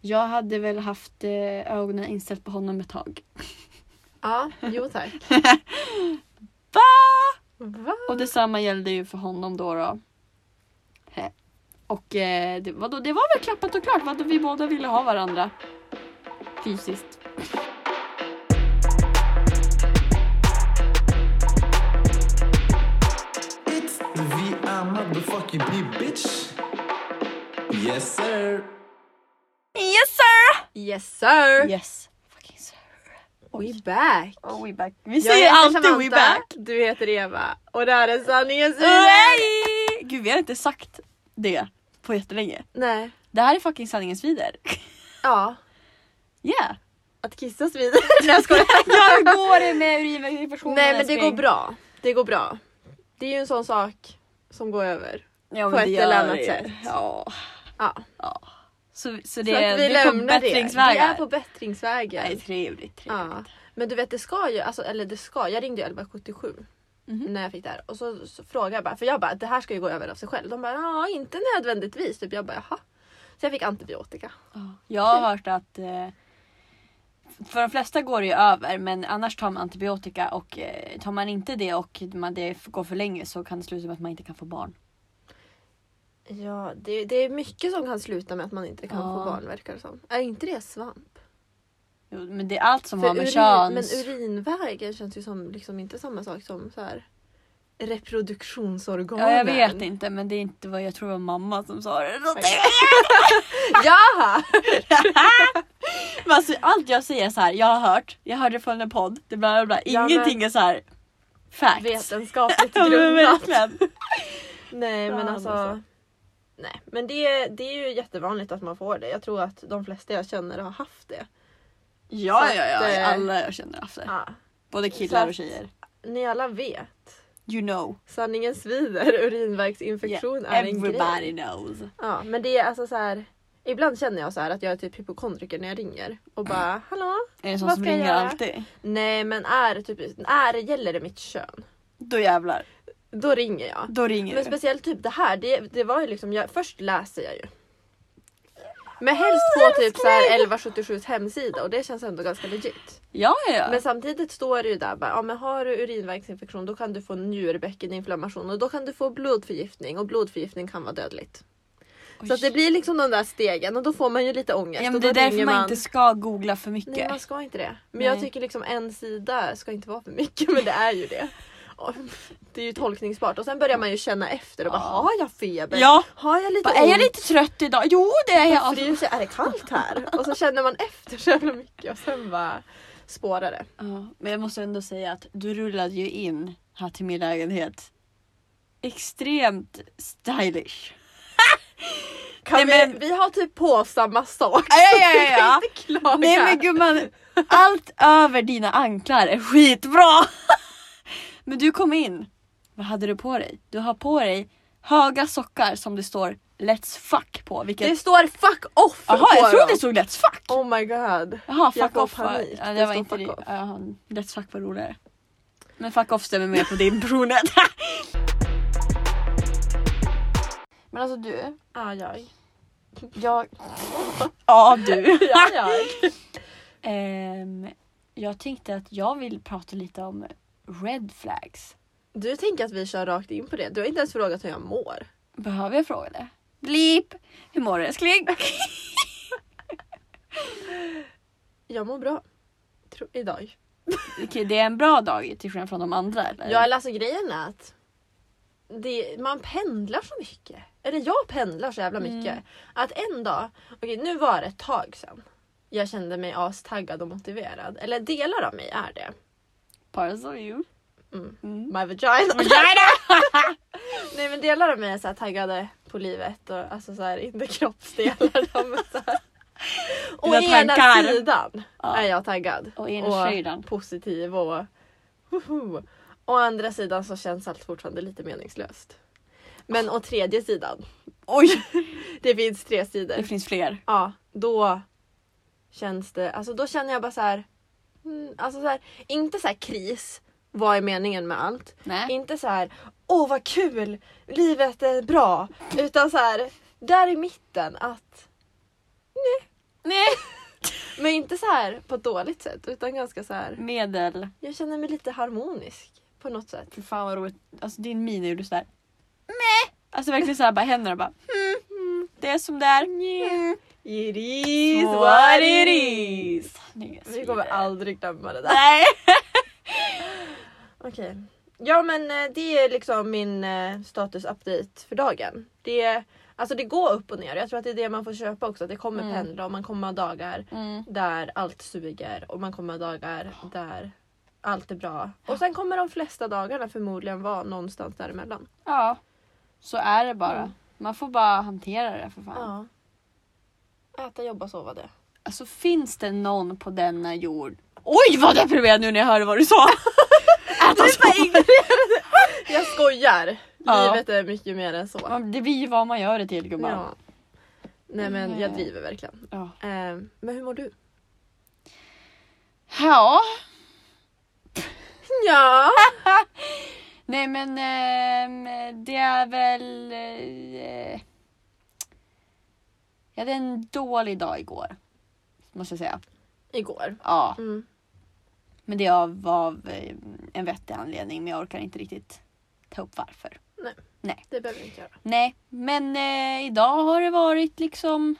Jag hade väl haft eh, ögonen inställt på honom ett tag. Ja, jo tack. Va? Och detsamma gällde ju för honom då. då. Hä. Och eh, det, vadå, det var väl klappat och klart. Vadå, vi båda ville ha varandra. Fysiskt. It's the VR motherfucking me, bitch. Yes, sir. Yes sir! Yes sir! Yes. Fucking sir. We back! Oh, we back. Vi Jag säger heter alltid we Samantha, back. Du heter Eva och det här är sanningens Nej! Gud, vi har inte sagt det på jättelänge. Nej. Det här är fucking sanningens vider. Ja. Yeah. Att kissas vidare. Nej jag skojar. Hur går det med urinvägsinfektionen? Nej men det går bra. Det går bra. Det är ju en sån sak som går över. Ja, men På det ett gör eller annat det. sätt. Ja. Ja. Så, så Så det, att vi vi det är på lämnar bättringsvägar. det. Vi är på bättringsvägen. Nej, trevligt. trevligt. Ja. Men du vet det ska ju, alltså, eller det ska, jag ringde ju 1177 Mhm. när jag fick det här och så, så frågade jag bara, för jag bara det här ska ju gå över av sig själv. De bara ja inte nödvändigtvis. Typ. Jag bara jaha. Så jag fick antibiotika. Jag har hört att eh, för de flesta går det ju över men annars tar man antibiotika och eh, tar man inte det och man, det f- går för länge så kan det sluta med att man inte kan få barn. Ja det, det är mycket som kan sluta med att man inte kan Ja. få barn verkar det som. Är inte det svamp? Jo, Men det är allt som För har med urin- köns... Men urinvägen känns ju som liksom inte samma sak som så här reproduktionsorganen. ja, jag vet inte men det är inte vad jag tror var mamma som sa det. Jaha! Men alltså, allt jag säger är så här, jag har hört, jag hörde från en podd, det bla bla bla. Ja, men- Ingenting är så här facts. Vetenskapligt Ja, men grundat. verkligen. Nej men Fan, alltså. alltså. Nej men det, det är ju jättevanligt att man får det. Jag tror att de flesta jag känner har haft det. Ja, Så ja, ja, att, eh, alla jag känner efter. Ja. Både så killar att- och tjejer. Ni alla vet. You know. Sanningen svider. Urinvägsinfektion Yeah, är en grej. Everybody knows. Ja men det är alltså så här. Ibland känner jag så här att jag är typ hypokondriker när jag ringer och bara hallå? Är det sån Vad som ska jag ringer göra? alltid? Nej men är det typ, är det gäller det mitt kön? Då jävlar. Då ringer jag. Då ringer Men du. speciellt typ det här, det, det var ju liksom, jag, först läser jag ju. Men helst på typ så här 1177s hemsida och det känns ändå ganska legit. Ja, ja, ja. Men samtidigt står det ju där bara, ja, men har du urinvägsinfektion då kan du få njurbäckeninflammation och då kan du få blodförgiftning och blodförgiftning kan vara dödligt. Oj. Så att det blir liksom de där stegen och då får man ju lite ångest. ja, och men det då är därför ringer man inte ska googla för mycket. Nej man ska inte det. Men Nej. jag tycker liksom en sida ska inte vara för mycket men det är ju det. Och Det är ju tolkningsbart och sen börjar man ju känna efter och bara Ja. har jag feber? Ja. Har jag lite Bara, är jag lite trött idag? Jo, det är jag. ont? Fryser jag? Är det kallt här? Och så känner man efter så jävla mycket och sen bara spårar det. Ja, men jag måste ändå säga att du rullade ju in här till min lägenhet. Extremt stylish. Kan Nej, vi, men- vi har typ på samma sak. Ja, ja, ja, ja, ja. Vi kan inte klaga. Nej men gumman, allt över dina anklar är skitbra. Men du kom in, vad hade du på dig? Du har på dig höga sockar som det står Let's fuck på. Vilket... det står fuck off Jaha, på jag trodde det dem. stod Let's fuck. Oh my god. Jaha, Jag fuck får off. var- panik. Ja, Det det var står inte fuck det. off. Ja, Let's fuck var roligare. Men fuck off stämmer mer på din personlighet. men alltså du, Ja, jag. jag... Ja du. Ja, jag. Ehm, jag tänkte att jag vill prata lite om red flags. Du tänker att vi kör rakt in på det. Du har inte ens frågat hur jag mår. Behöver jag fråga det? Blip! Hur mår du älskling? Jag mår bra. Tro, idag. Okej, det är en bra dag till skillnad från de andra eller? Ja, eller alltså grejen är att det, man pendlar så mycket. Eller jag pendlar så jävla mycket. Att en dag, okej nu var det ett tag sedan. Jag kände mig astaggad och motiverad. Eller delar av mig är det. Parts of you. Mm. Mm. My vagina. Vagina! Nej men delar av mig är så här taggade på livet. Och, alltså så här, inte kroppsdelar. de är så här. Å Dina ena tankar. sidan Ja. är jag taggad. Och ena sidan. positiv och woho. Å andra sidan så känns allt fortfarande lite meningslöst. Men å tredje sidan, Oj! det finns tre sidor. Det finns fler. Ja, då känns det, alltså då känner jag bara så här, mm, alltså så här inte så här kris, vad är meningen med allt? Nej. Inte så här, åh vad kul, livet är bra, utan så här, där i mitten att Nej. inte så här på ett dåligt sätt utan ganska så här. Medel. Jag känner mig lite harmonisk på något sätt. Fy fan vad roligt. Alltså din min gjorde sådär. Meh. Alltså verkligen såhär bara händerna bara. Mm. Mm. Det är som det är. Mm. It is what it is. Snygga Vi kommer sidor. aldrig glömma det där. Nej. Okej. Ja men eh, det är liksom min eh, status-update för dagen. Det, är- alltså det går upp och ner. Jag tror att det är det man får köpa också. att Det kommer Mm. pendla och man kommer ha dagar Mm. där allt suger och man kommer ha dagar där allt är bra. Och sen kommer de flesta dagarna förmodligen vara någonstans däremellan. Ja. Så är det bara. Mm. Man får bara hantera det för fan. Ja. Äta, jobba, sova det. Alltså finns det någon på denna jord. Oj vad deprimerad nu när jag hörde vad du sa. Äta så. Jag skojar! Ja. Livet är mycket mer än så. Man- Det blir ju vad man gör det till gumman. Ja. Nej men jag Mm. driver verkligen. Ja. Eh, men hur mår du? ja. Ja. Nej men ehm, det är väl... Eh, jag hade en dålig dag igår. Måste jag säga. Igår. Ja. Mm. Men det var av eh, en vettig anledning men jag orkar inte riktigt ta upp varför. Det behöver vi inte göra. Nej men eh, idag har det varit liksom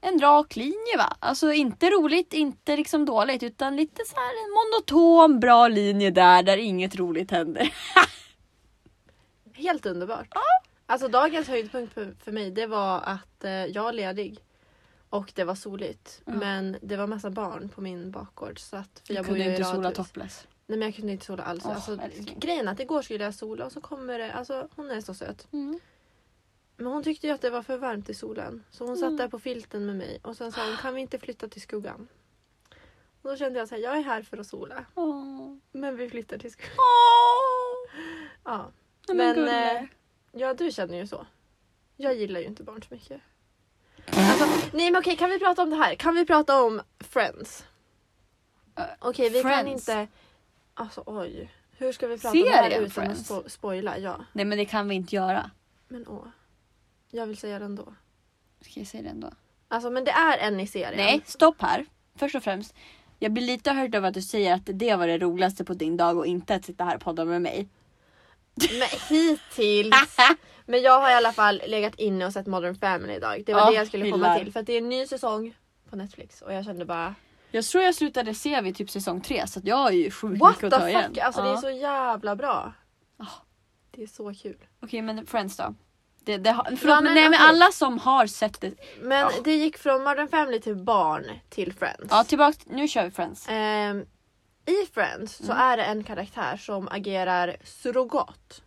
en rak linje va. Alltså inte roligt, inte liksom dåligt utan lite så här en monoton bra linje där där inget roligt händer. Helt underbart. Alltså dagens höjdpunkt för, för mig det var att eh, jag var ledig. Och det var soligt. Ja. Men det var massa barn på min bakgård. Så att, för jag Jag bor ju kunde i inte sola radhus. topless. Nej men jag kunde inte sola alls. Åh, alltså, älskling. grejen är att igår skulle jag sola och så kommer det, alltså hon är så söt. Mm. Men hon tyckte ju att det var för varmt i solen. Så hon satt Mm. där på filten med mig och sen sa hon kan vi inte flytta till skuggan? Och då kände jag så här, jag är här för att sola. Åh. Men vi flyttar till skuggan. Åh! Ja. Men, Men, gulle. eh, Ja, du känner ju så. Jag gillar ju inte barn så mycket. Alltså, nej men okej, kan vi prata om det här? Kan vi prata om Friends? Eh, Okej, vi kan Friends. inte... Alltså oj. Hur ska vi prata om det här Serien utan Friends? att spo- spoila? Ja, Nej men det kan vi inte göra. men åh. Jag vill säga det ändå. Ska jag säga det ändå? Alltså men det är en i serien. Nej, stopp här. Först och främst. Jag blir lite hörd över att du säger att det var det roligaste på din dag och inte att sitta här och podda med mig. Men hittills. men jag har i alla fall legat inne och sett Modern Family idag. Det var Ja, det jag skulle komma hyllar. till. För att det är en ny säsong på Netflix och jag kände bara Jag tror jag slutade se vid typ säsong tre så att jag har ju sjukt What mycket the att ta fuck! igen. Alltså det Ja. Ah. är så jävla bra. Ja. Det är så kul. Okej men Friends då? Det, det har... Förlåt, Ja, men men, nej, men okej. alla som har sett det. Men Ja. det gick från Modern Family till barn till Friends. Ja typ. tillbaka, nu kör vi Friends. Ehm, I Friends Mm. så är det en karaktär som agerar surrogat.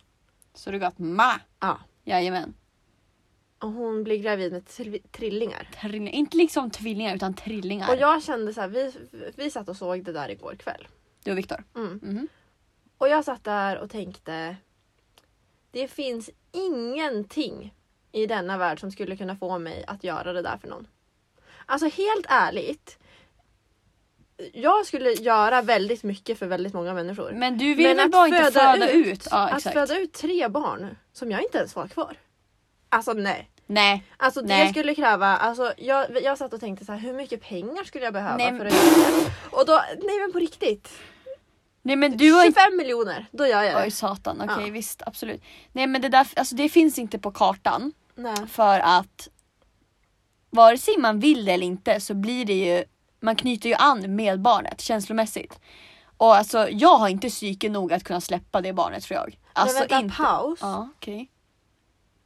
Så du gott ma. Ja. Jajamän. Och hon blir gravid med tri- trillingar. Trillingar. Inte liksom tvillingar utan trillingar. Och jag kände så här, vi, vi satt och såg det där igår kväll. Du och Viktor. Mm. Mhm. Och jag satt där och tänkte. Det finns ingenting i denna värld som skulle kunna få mig att göra det där för någon. Alltså helt ärligt. Jag skulle göra väldigt mycket för väldigt många människor. Men du vill väl bara inte föda ut? Ja, att exakt. föda ut tre barn som jag inte ens var kvar. Alltså nej. Nej. Alltså det Nej. skulle kräva, alltså jag, jag satt och tänkte så här, hur mycket pengar skulle jag behöva Nej, för men- att göra det? Och då, nej men på riktigt. Nej men du har 25 inte... miljoner, då gör jag det. Oj satan, okej Ja. visst absolut. Nej men det där, alltså det finns inte på kartan Nej. för att vare sig man vill det eller inte så blir det ju, man knyter ju an med barnet känslomässigt. Och alltså jag har inte psyke nog att kunna släppa det barnet tror jag. Alltså men vänta, inte. paus. Ja, okej.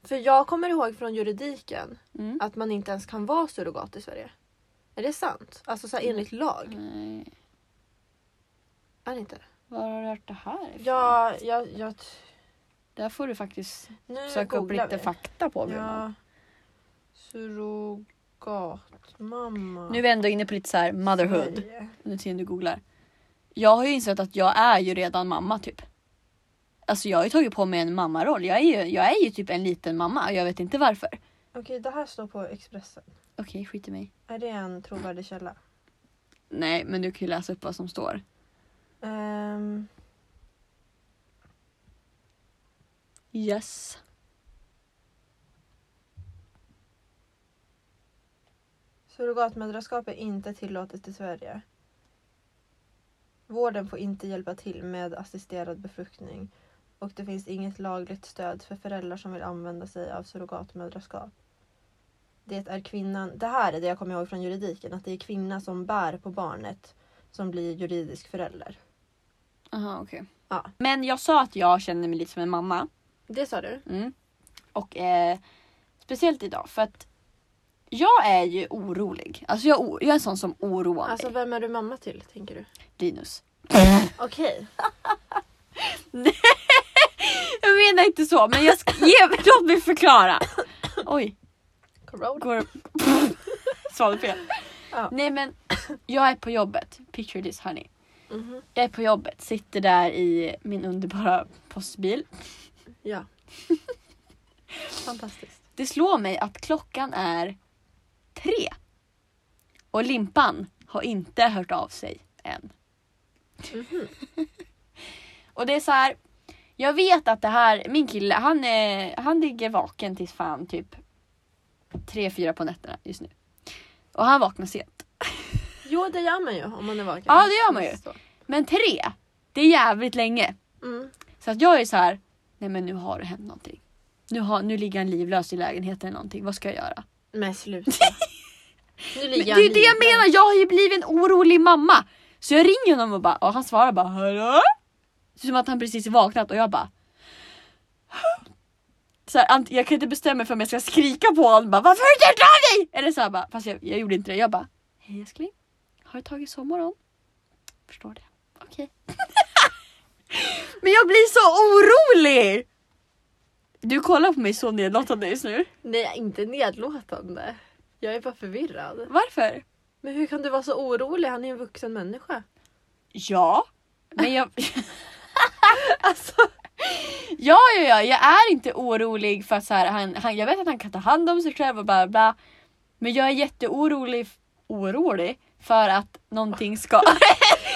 För jag kommer ihåg från juridiken Mm. att man inte ens kan vara surrogat i Sverige. Är det sant? Alltså så Mm. här, enligt lag? Nej, Är det inte? var har du hört det här ifrån? Ja, jag... jag t- Där får du faktiskt nu söka upp googlar lite vi. fakta på. Ja. Ja. Surrogatmamma. Nu är vi ändå inne på lite så här motherhood. Sverige. Nu tiden du googlar. Jag har ju insett att jag är ju redan mamma typ. Alltså jag har ju tagit på mig en mammaroll. Jag är ju, jag är ju typ en liten mamma och jag vet inte varför. Okej, det här står på Expressen. Okej, skit i mig. Är det en trovärdig källa? Nej, men du kan ju läsa upp vad som står. Ehm, Yes. så Surrogatmödraskap är inte tillåtet i Sverige. Vården får inte hjälpa till med assisterad befruktning och det finns inget lagligt stöd för föräldrar som vill använda sig av surrogatmödraskap. Det är kvinnan, det här är det jag kommer ihåg från juridiken, att det är kvinna som bär på barnet som blir juridisk förälder. Aha, okej. Ja. Men jag sa att jag känner mig lite som en mamma. Det sa du? Mm. Och eh, speciellt idag för att jag är ju orolig. Alltså jag, o- jag är en sån som oroar mig. Alltså vem är du mamma till tänker du? Linus. Okej. Jag menar inte så men jag ska, ge, låt mig förklara. Oj, Corona. går... Pff, Svalde fel. Ja. Nej men jag är på jobbet. Picture this honey. Mhm. Jag är på jobbet, sitter där i min underbara postbil. Ja. Fantastiskt. Det slår mig att klockan är tre. Och Limpan har inte hört av sig än. och det är så här. Jag vet att det här, min kille han, är, han ligger vaken tills fan typ tre fyra på nätterna just nu. Och han vaknar sent. Jo det gör man ju om man är vaken. Ja, det gör man ju. Så. Men tre, det är jävligt länge. Mm. Så att jag är så här, nej men nu har det hänt någonting. Nu, har, nu ligger han livlös i lägenheten eller någonting, vad ska jag göra? Men sluta. Nu Men det ligger är ju han det jag livet. menar, jag har ju blivit en orolig mamma. Så jag ringer honom och, bara, och han svarar bara hallå? Som att han precis vaknat och jag bara så här, ant- jag kan inte bestämma mig för om jag ska skrika på honom bara varför har du inte hört av dig? Eller så här, bara, fast jag, jag gjorde inte det. Jag bara hej älskling, har du tagit sovmorgon? Förstår det, okej. Men jag blir så orolig! Du kollar på mig så nedlåtande just nu. Nej, inte nedlåtande. Jag är bara förvirrad. Varför? Men hur kan du vara så orolig? Han är en vuxen människa. Ja, men jag... Alltså. Ja, ja, ja, jag är inte orolig för att så här, han, han, jag vet att han kan ta hand om sig själv och bla bla, bla. Men jag är jätteorolig, f- orolig för att någonting ska...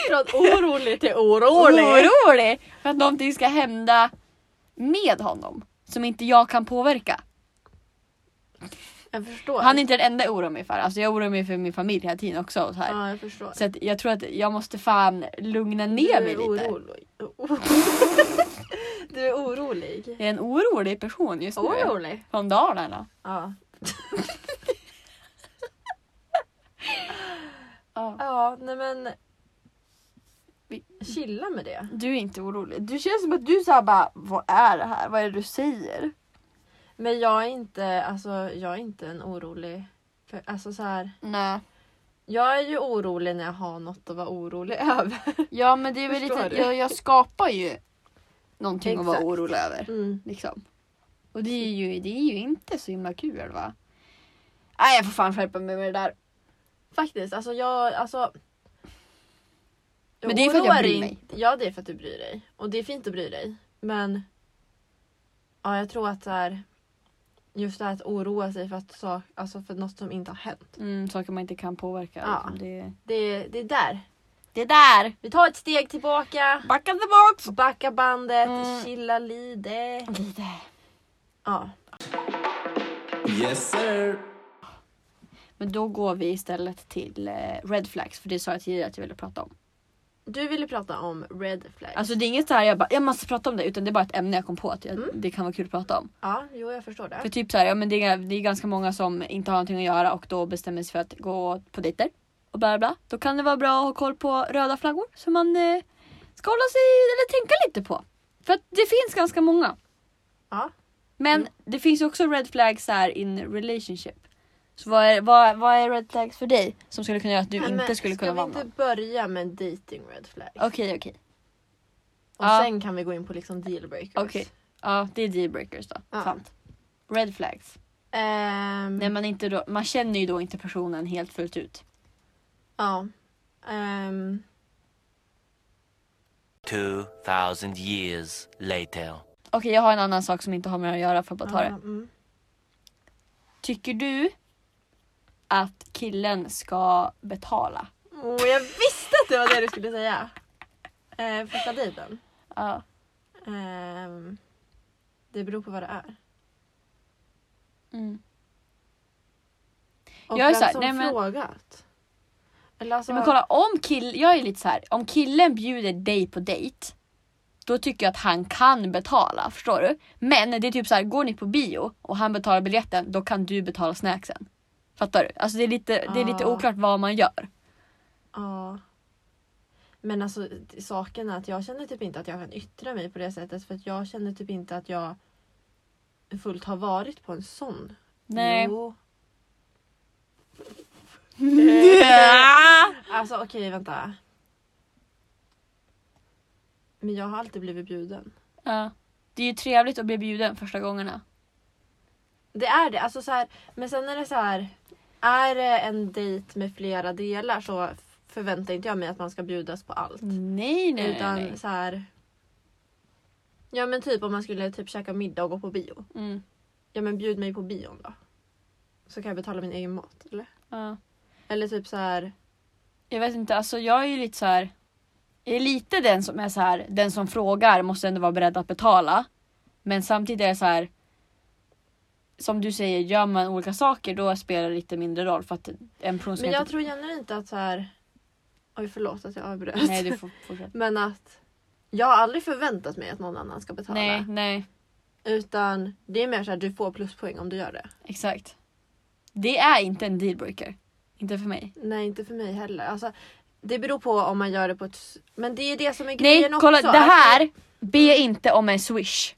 Från orolig till orolig. orolig! För att någonting ska hända med honom. Som inte jag kan påverka. Jag förstår. Han är inte den enda jag oroar mig för. Alltså jag oroar mig för min familj hela tiden också. Och så här. Ja, jag förstår. så att jag tror att jag måste fan lugna ner mig du är lite. orolig. du är orolig. Jag är en orolig person just nu. Orolig? Från Dalarna. Ja. Ja. Ja, nej men. Vi- Chilla med det. Du är inte orolig. Du känns som att du såhär bara, vad är det här? Vad är det du säger? Men jag är inte, alltså jag är inte en orolig. För, alltså så här. Nej. Jag är ju orolig när jag har något att vara orolig över. Ja men det är väl Förstår lite, du? jag, jag skapar ju någonting att vara Exakt. orolig över. Liksom. Och det är, ju, det är ju inte så himla kul va? Nej jag får fan skärpa mig med det där. Faktiskt, alltså jag... Alltså, Men det är för att jag oroar bryr in- mig. Ja, det är för att du bryr dig. Och det är fint att bry dig. Men... Ja, jag tror att det är... Just det här att oroa sig för, att sak, alltså för något som inte har hänt. Mm, saker man inte kan påverka. Ja. liksom. Det, Det, är- det är där. det där! Vi tar ett steg tillbaka. Backa tillbaks! Backa bandet, Mm. chilla lite. Lite. Ja. Yes sir. Men då går vi istället till eh, red flags för det sa jag tidigare att jag ville prata om. Du ville prata om red flags. Alltså det är inget så här jag bara jag måste prata om det utan det är bara ett ämne jag kom på att jag, det kan vara kul att prata om. Mm. ja, jo jag förstår För det. typ så här, ja, men det, är, det är ganska många som inte har någonting att göra och då bestämmer sig för att gå på dejter. Och bla bla, bla. Då kan det vara bra att ha koll på röda flaggor som man eh, ska hålla sig eller tänka lite på. För att det finns ganska många. Ja. Men Mm. det finns ju också red flags så här in relationship. Så vad är, vad, vad är red flags för dig som skulle kunna göra att du Nej, men inte skulle kunna Ska vara vi inte någon? börja med dating red flags? Okej okej. Och Ja. sen kan vi gå in på liksom dealbreakers. Okej. Ja det är dealbreakers då. Ja. Sant. Red flags. Ehm, När man, inte då, man känner ju då inte personen helt fullt ut. ja. Ehm, 2000 years later. Okej jag har en annan sak som inte har med det att göra för att bara ta ja, det. mm. Tycker du att killen ska betala? Åh, jag visste att det var det du skulle säga. Ehm, första dejten. Ja. Ehm, det beror på vad det är. Mm. Jag Och är vem så här, som nej, men- frågat. Eller alltså, Nej, Men kolla, om kill, jag är lite så här, om killen bjuder dig på dejt, då tycker jag att han kan betala. Förstår du? Men det är typ så här, går ni på bio och han betalar biljetten, då kan du betala snacksen. Fattar du? Alltså det är lite, det är lite Ah. oklart vad man gör. Ja. Men alltså saken är att jag känner typ inte att jag kan yttra mig på det sättet för att jag känner typ inte att jag fullt har varit på en sån. Nej. Jo. Ja. Alltså okej vänta. Men jag har alltid blivit bjuden. Ja. Det är ju trevligt att bli bjuden första gångerna. Det är det. Alltså, så här, men sen är det så här. Är det en dejt med flera delar så förväntar inte jag mig att man ska bjudas på allt. Nej, nej, utan nej. nej. så här. Ja men typ om man skulle typ käka middag och gå på bio. Mm. Ja men bjud mig på bion då. Så kan jag betala min egen mat. Eller, Ja. eller typ så här. Jag vet inte, alltså jag är ju lite så här. Jag är lite den som är så här, den som frågar måste ändå vara beredd att betala. Men samtidigt är det så här. Som du säger, gör man olika saker då spelar det lite mindre roll för att en person ska Men jag inte... tror genuint att så här. Oj förlåt att jag avbröt. Nej, du får fortsätta. Men att jag har aldrig förväntat mig att någon annan ska betala. Nej, nej, Utan det är mer så här, du får pluspoäng om du gör det. exakt. Det är inte en dealbreaker. Inte för mig. Nej, inte för mig heller. Alltså, det beror på om man gör det på ett... s- Men det är det som är Nej, grejen kolla också. det Att- här. Be inte om en swish.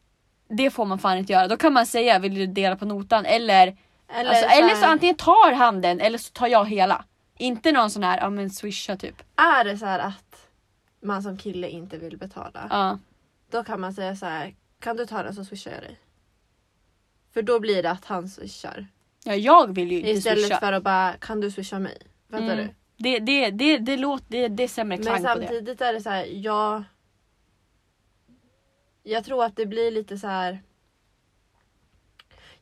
Det får man fan inte göra. Då kan man säga vill du dela på notan eller Eller, Alltså, så här, eller så antingen tar han den eller så tar jag hela. Inte någon sån här, ja men swisha typ. Är det så här att man som kille inte vill betala. Ja. Då kan man säga så här. Kan du ta den så swishar jag dig. För då blir det att han swishar. ja, jag vill ju inte Istället swisha. för att bara, kan du swisha mig? Fattar Mm. du? Det, det, det, det, låter, det, det är sämre Men klang på det. samtidigt är det så här, jag... Jag tror att det blir lite så här...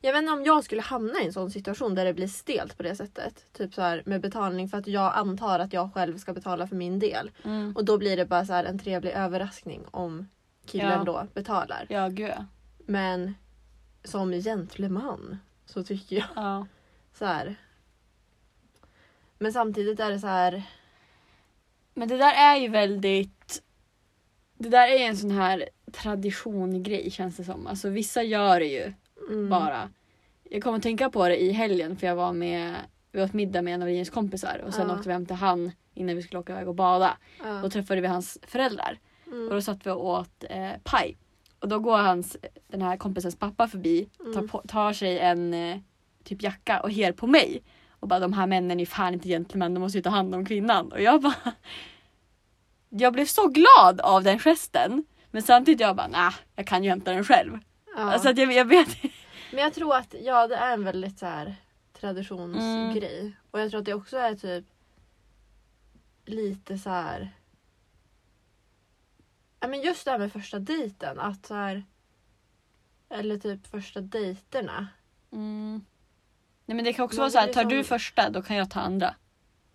Jag vet inte om jag skulle hamna i en sån situation där det blir stelt på det sättet. Typ så här med betalning för att jag antar att jag själv ska betala för min del. Mm. Och då blir det bara så här en trevlig överraskning om killen Ja. då betalar. Ja, gud ja. Men som gentleman så tycker jag ja. så här. Men samtidigt är det så här... Men det där är ju väldigt... Det där är ju en sån här traditiongrej känns det som. Alltså vissa gör det ju Mm, bara. Jag kommer att tänka på det i helgen för jag var med, vi åt middag med en av Linus kompisar och sen Ja. åkte vi hem till han innan vi skulle åka iväg och bada. ja. Då träffade vi hans föräldrar. Mm. Och då satt vi och åt eh, paj. Och då går hans, den här kompisens pappa förbi, tar, Mm. på, tar sig en eh, typ jacka och ger på mig. Och bara de här männen är fan inte gentlemän, de måste ju ta hand om kvinnan. Och jag bara... Jag blev så glad av den gesten. Men samtidigt jag bara, nah, jag kan ju hämta den själv. Ja. Alltså att jag, jag vet Men jag tror att ja, det är en väldigt så här, traditionsgrej. Mm. Och jag tror att det också är typ lite så här. Ja, men just det här med första dejten. Att så här, eller typ första dejterna. Mm. Nej men det kan också Man vara så här, vill tar liksom- du första då kan jag ta andra.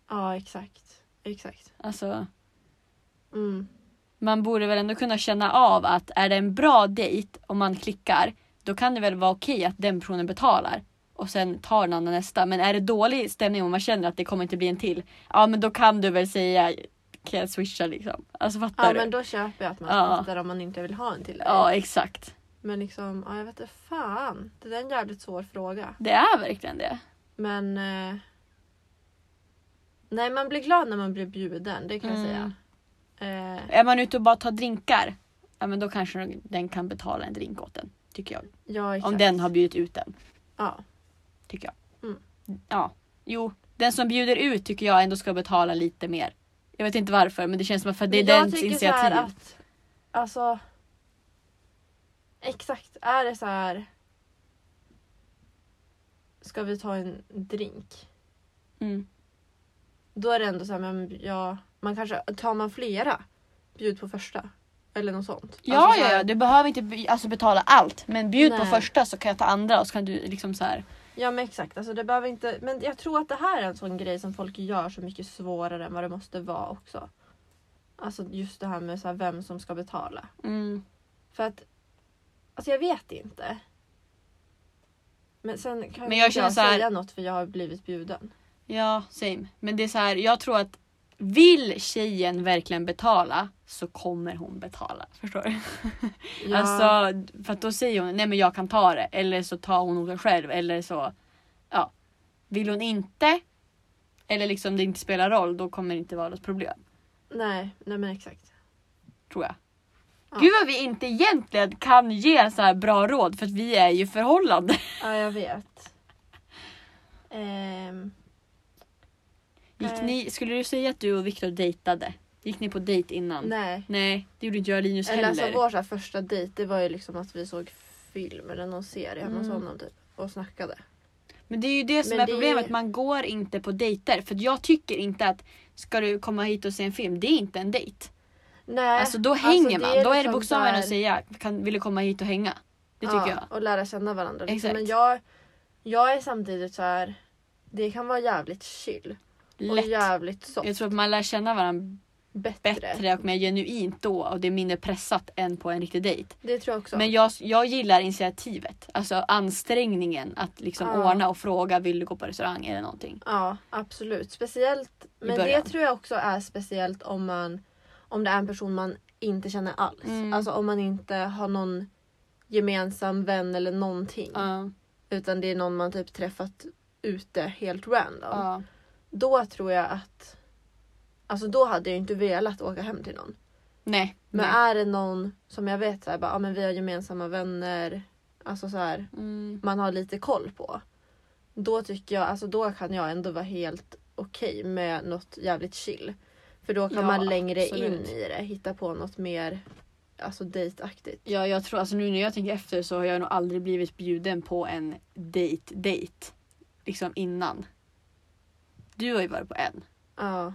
Ja exakt. Exakt. Alltså, Mm. man borde väl ändå kunna känna av att är det en bra dejt och man klickar då kan det väl vara okej att den personen betalar och sen tar den andra nästa. Men är det dålig stämning och man känner att det kommer inte bli en till. Ja men då kan du väl säga kan jag swisha liksom. Alltså fattar Ja du? men då köper jag att man Ja. tittar om man inte vill ha en till. Ja exakt. Men liksom, ja, jag vet inte fan. Det där är en jävligt svår fråga. Det är verkligen det. Men... Eh, nej, man blir glad när man blir bjuden, det kan jag Mm. säga. Eh, Är man ute och bara tar drinkar ja men då kanske den kan betala en drink åt den. Tycker jag. ja, exakt. Om den har bjudit ut den. Ja. tycker jag. Mm. Ja, jo. Den som bjuder ut tycker jag ändå ska betala lite mer. Jag vet inte varför men det känns som att för att det är Men jag dens tycker så initiativ. här att... Alltså... Exakt, är det så här... Ska vi ta en drink? Mm. Då är det ändå så här, men ja, man kanske, tar man flera, bjud på första. Eller något sånt. Ja, Alltså så ja, här- ja, du behöver inte by- alltså, betala allt men bjud på Nej. första så kan jag ta andra och så kan du liksom så här. Ja men exakt, alltså det behöver inte... Men jag tror att det här är en sån grej som folk gör så mycket svårare än vad det måste vara också. Alltså just det här med så här vem som ska betala. Mm. För att... Alltså jag vet inte. Men sen kan Men men jag jag inte känner jag så här- säga något för jag har blivit bjuden. Ja, same. Men det är så här, jag tror att vill tjejen verkligen betala så kommer hon betala. Förstår du? Ja. Alltså, för att då säger hon nej men jag kan ta det. Eller så tar hon det själv. Eller så, ja. Vill hon inte, eller liksom det inte spelar roll, då kommer det inte vara något problem. nej, nej men exakt. Tror jag. Ja. Gud vad vi inte egentligen kan ge så här bra råd för att vi är ju förhållande. Ja, jag vet. Ehm, Gick Nej. ni, skulle du säga att du och Viktor dejtade? Gick ni på dejt innan? nej. Nej, det gjorde inte jag och Linus Eller heller. alltså vår så här, första dejt det var ju liksom att vi såg film eller någon serie hemma hos Mm. honom typ, och snackade. Men det är ju det som Men är det är- problemet, man går inte på dejter. För jag tycker inte att ska du komma hit och se en film, det är inte en dejt. Nej, Alltså då hänger det man, då är det liksom bokstavligen där- att säga kan, vill du komma hit och hänga? Det tycker ja, jag. Och lära känna varandra. liksom. Exakt. Men jag, jag är samtidigt så här. det kan vara jävligt chill Lätt. och jävligt soft. Jag tror att man lär känna varandra Bättre. bättre och mer genuint då och det är mindre pressat än på en riktig dejt. Det tror jag också. Men jag, jag gillar initiativet, alltså ansträngningen att liksom Ja. ordna och fråga vill du gå på restaurang eller någonting. Ja, absolut. Speciellt, men det början. tror jag också är speciellt om man om det är en person man inte känner alls. Mm. Alltså om man inte har någon gemensam vän eller någonting. Ja, Utan det är någon man typ träffat ute helt random. ja. Då tror jag att... Alltså då hade jag inte velat åka hem till någon. Nej. Men nej. är det någon som jag vet så här, bara, ja, men vi har gemensamma vänner. Alltså så här, Mm. man har lite koll på. Då tycker jag, alltså då kan jag ändå vara helt okej med något jävligt chill. För då kan Ja, man längre in absolut. i det hitta på något mer alltså dejtaktigt. Ja, jag tror alltså nu när jag tänker efter så har jag nog aldrig blivit bjuden på en date date liksom innan. Du har ju varit på en, Ja,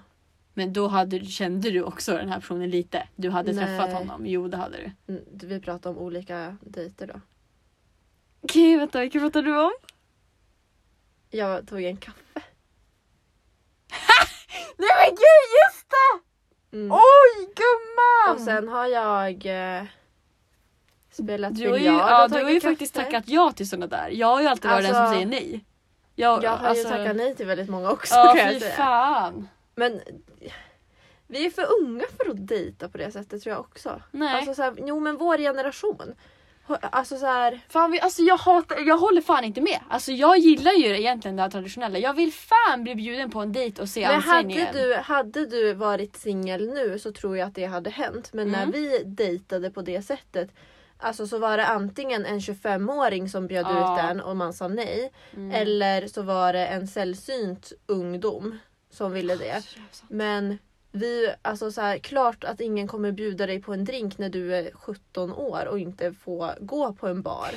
men då hade, kände du också den här personen lite. Du hade Nej. träffat honom. Jo, det hade du. n- Mm, vi pratar om olika dejter då. Okej, vänta, vilken pratar du om? Jag tog en kaffe. Nej men gud, just det! Mm. Oj, gumman! Och sen har jag eh, spelat du har ju, biljard och ja, du tagit har ju kaffe. faktiskt tackat ja till sådana där. Jag har ju alltid varit den Alltså, som säger nej. Jag, Jag har alltså, ju tackat nej till väldigt många också Ja, kan jag fy säga. fan. Men vi är för unga för att dejta på det sättet tror jag också. Nej. Alltså så här, jo men vår generation. Ho- Alltså så här, Fan, vi, alltså jag, hatar, jag håller fan inte med. Alltså jag gillar ju egentligen det här traditionella. Jag vill fan bli bjuden på en dejt och se men ansträngningen. hade du, hade du varit singel nu så tror jag att det hade hänt. Men Mm. när vi dejtade på det sättet Alltså så var det antingen en 25-åring som bjöd Ja. Mm. ut en och man sa nej. Eller så var det en sällsynt ungdom som ville det. Men vi, alltså så här, klart att ingen kommer bjuda dig på en drink när du är 17 år och inte får gå på en bar.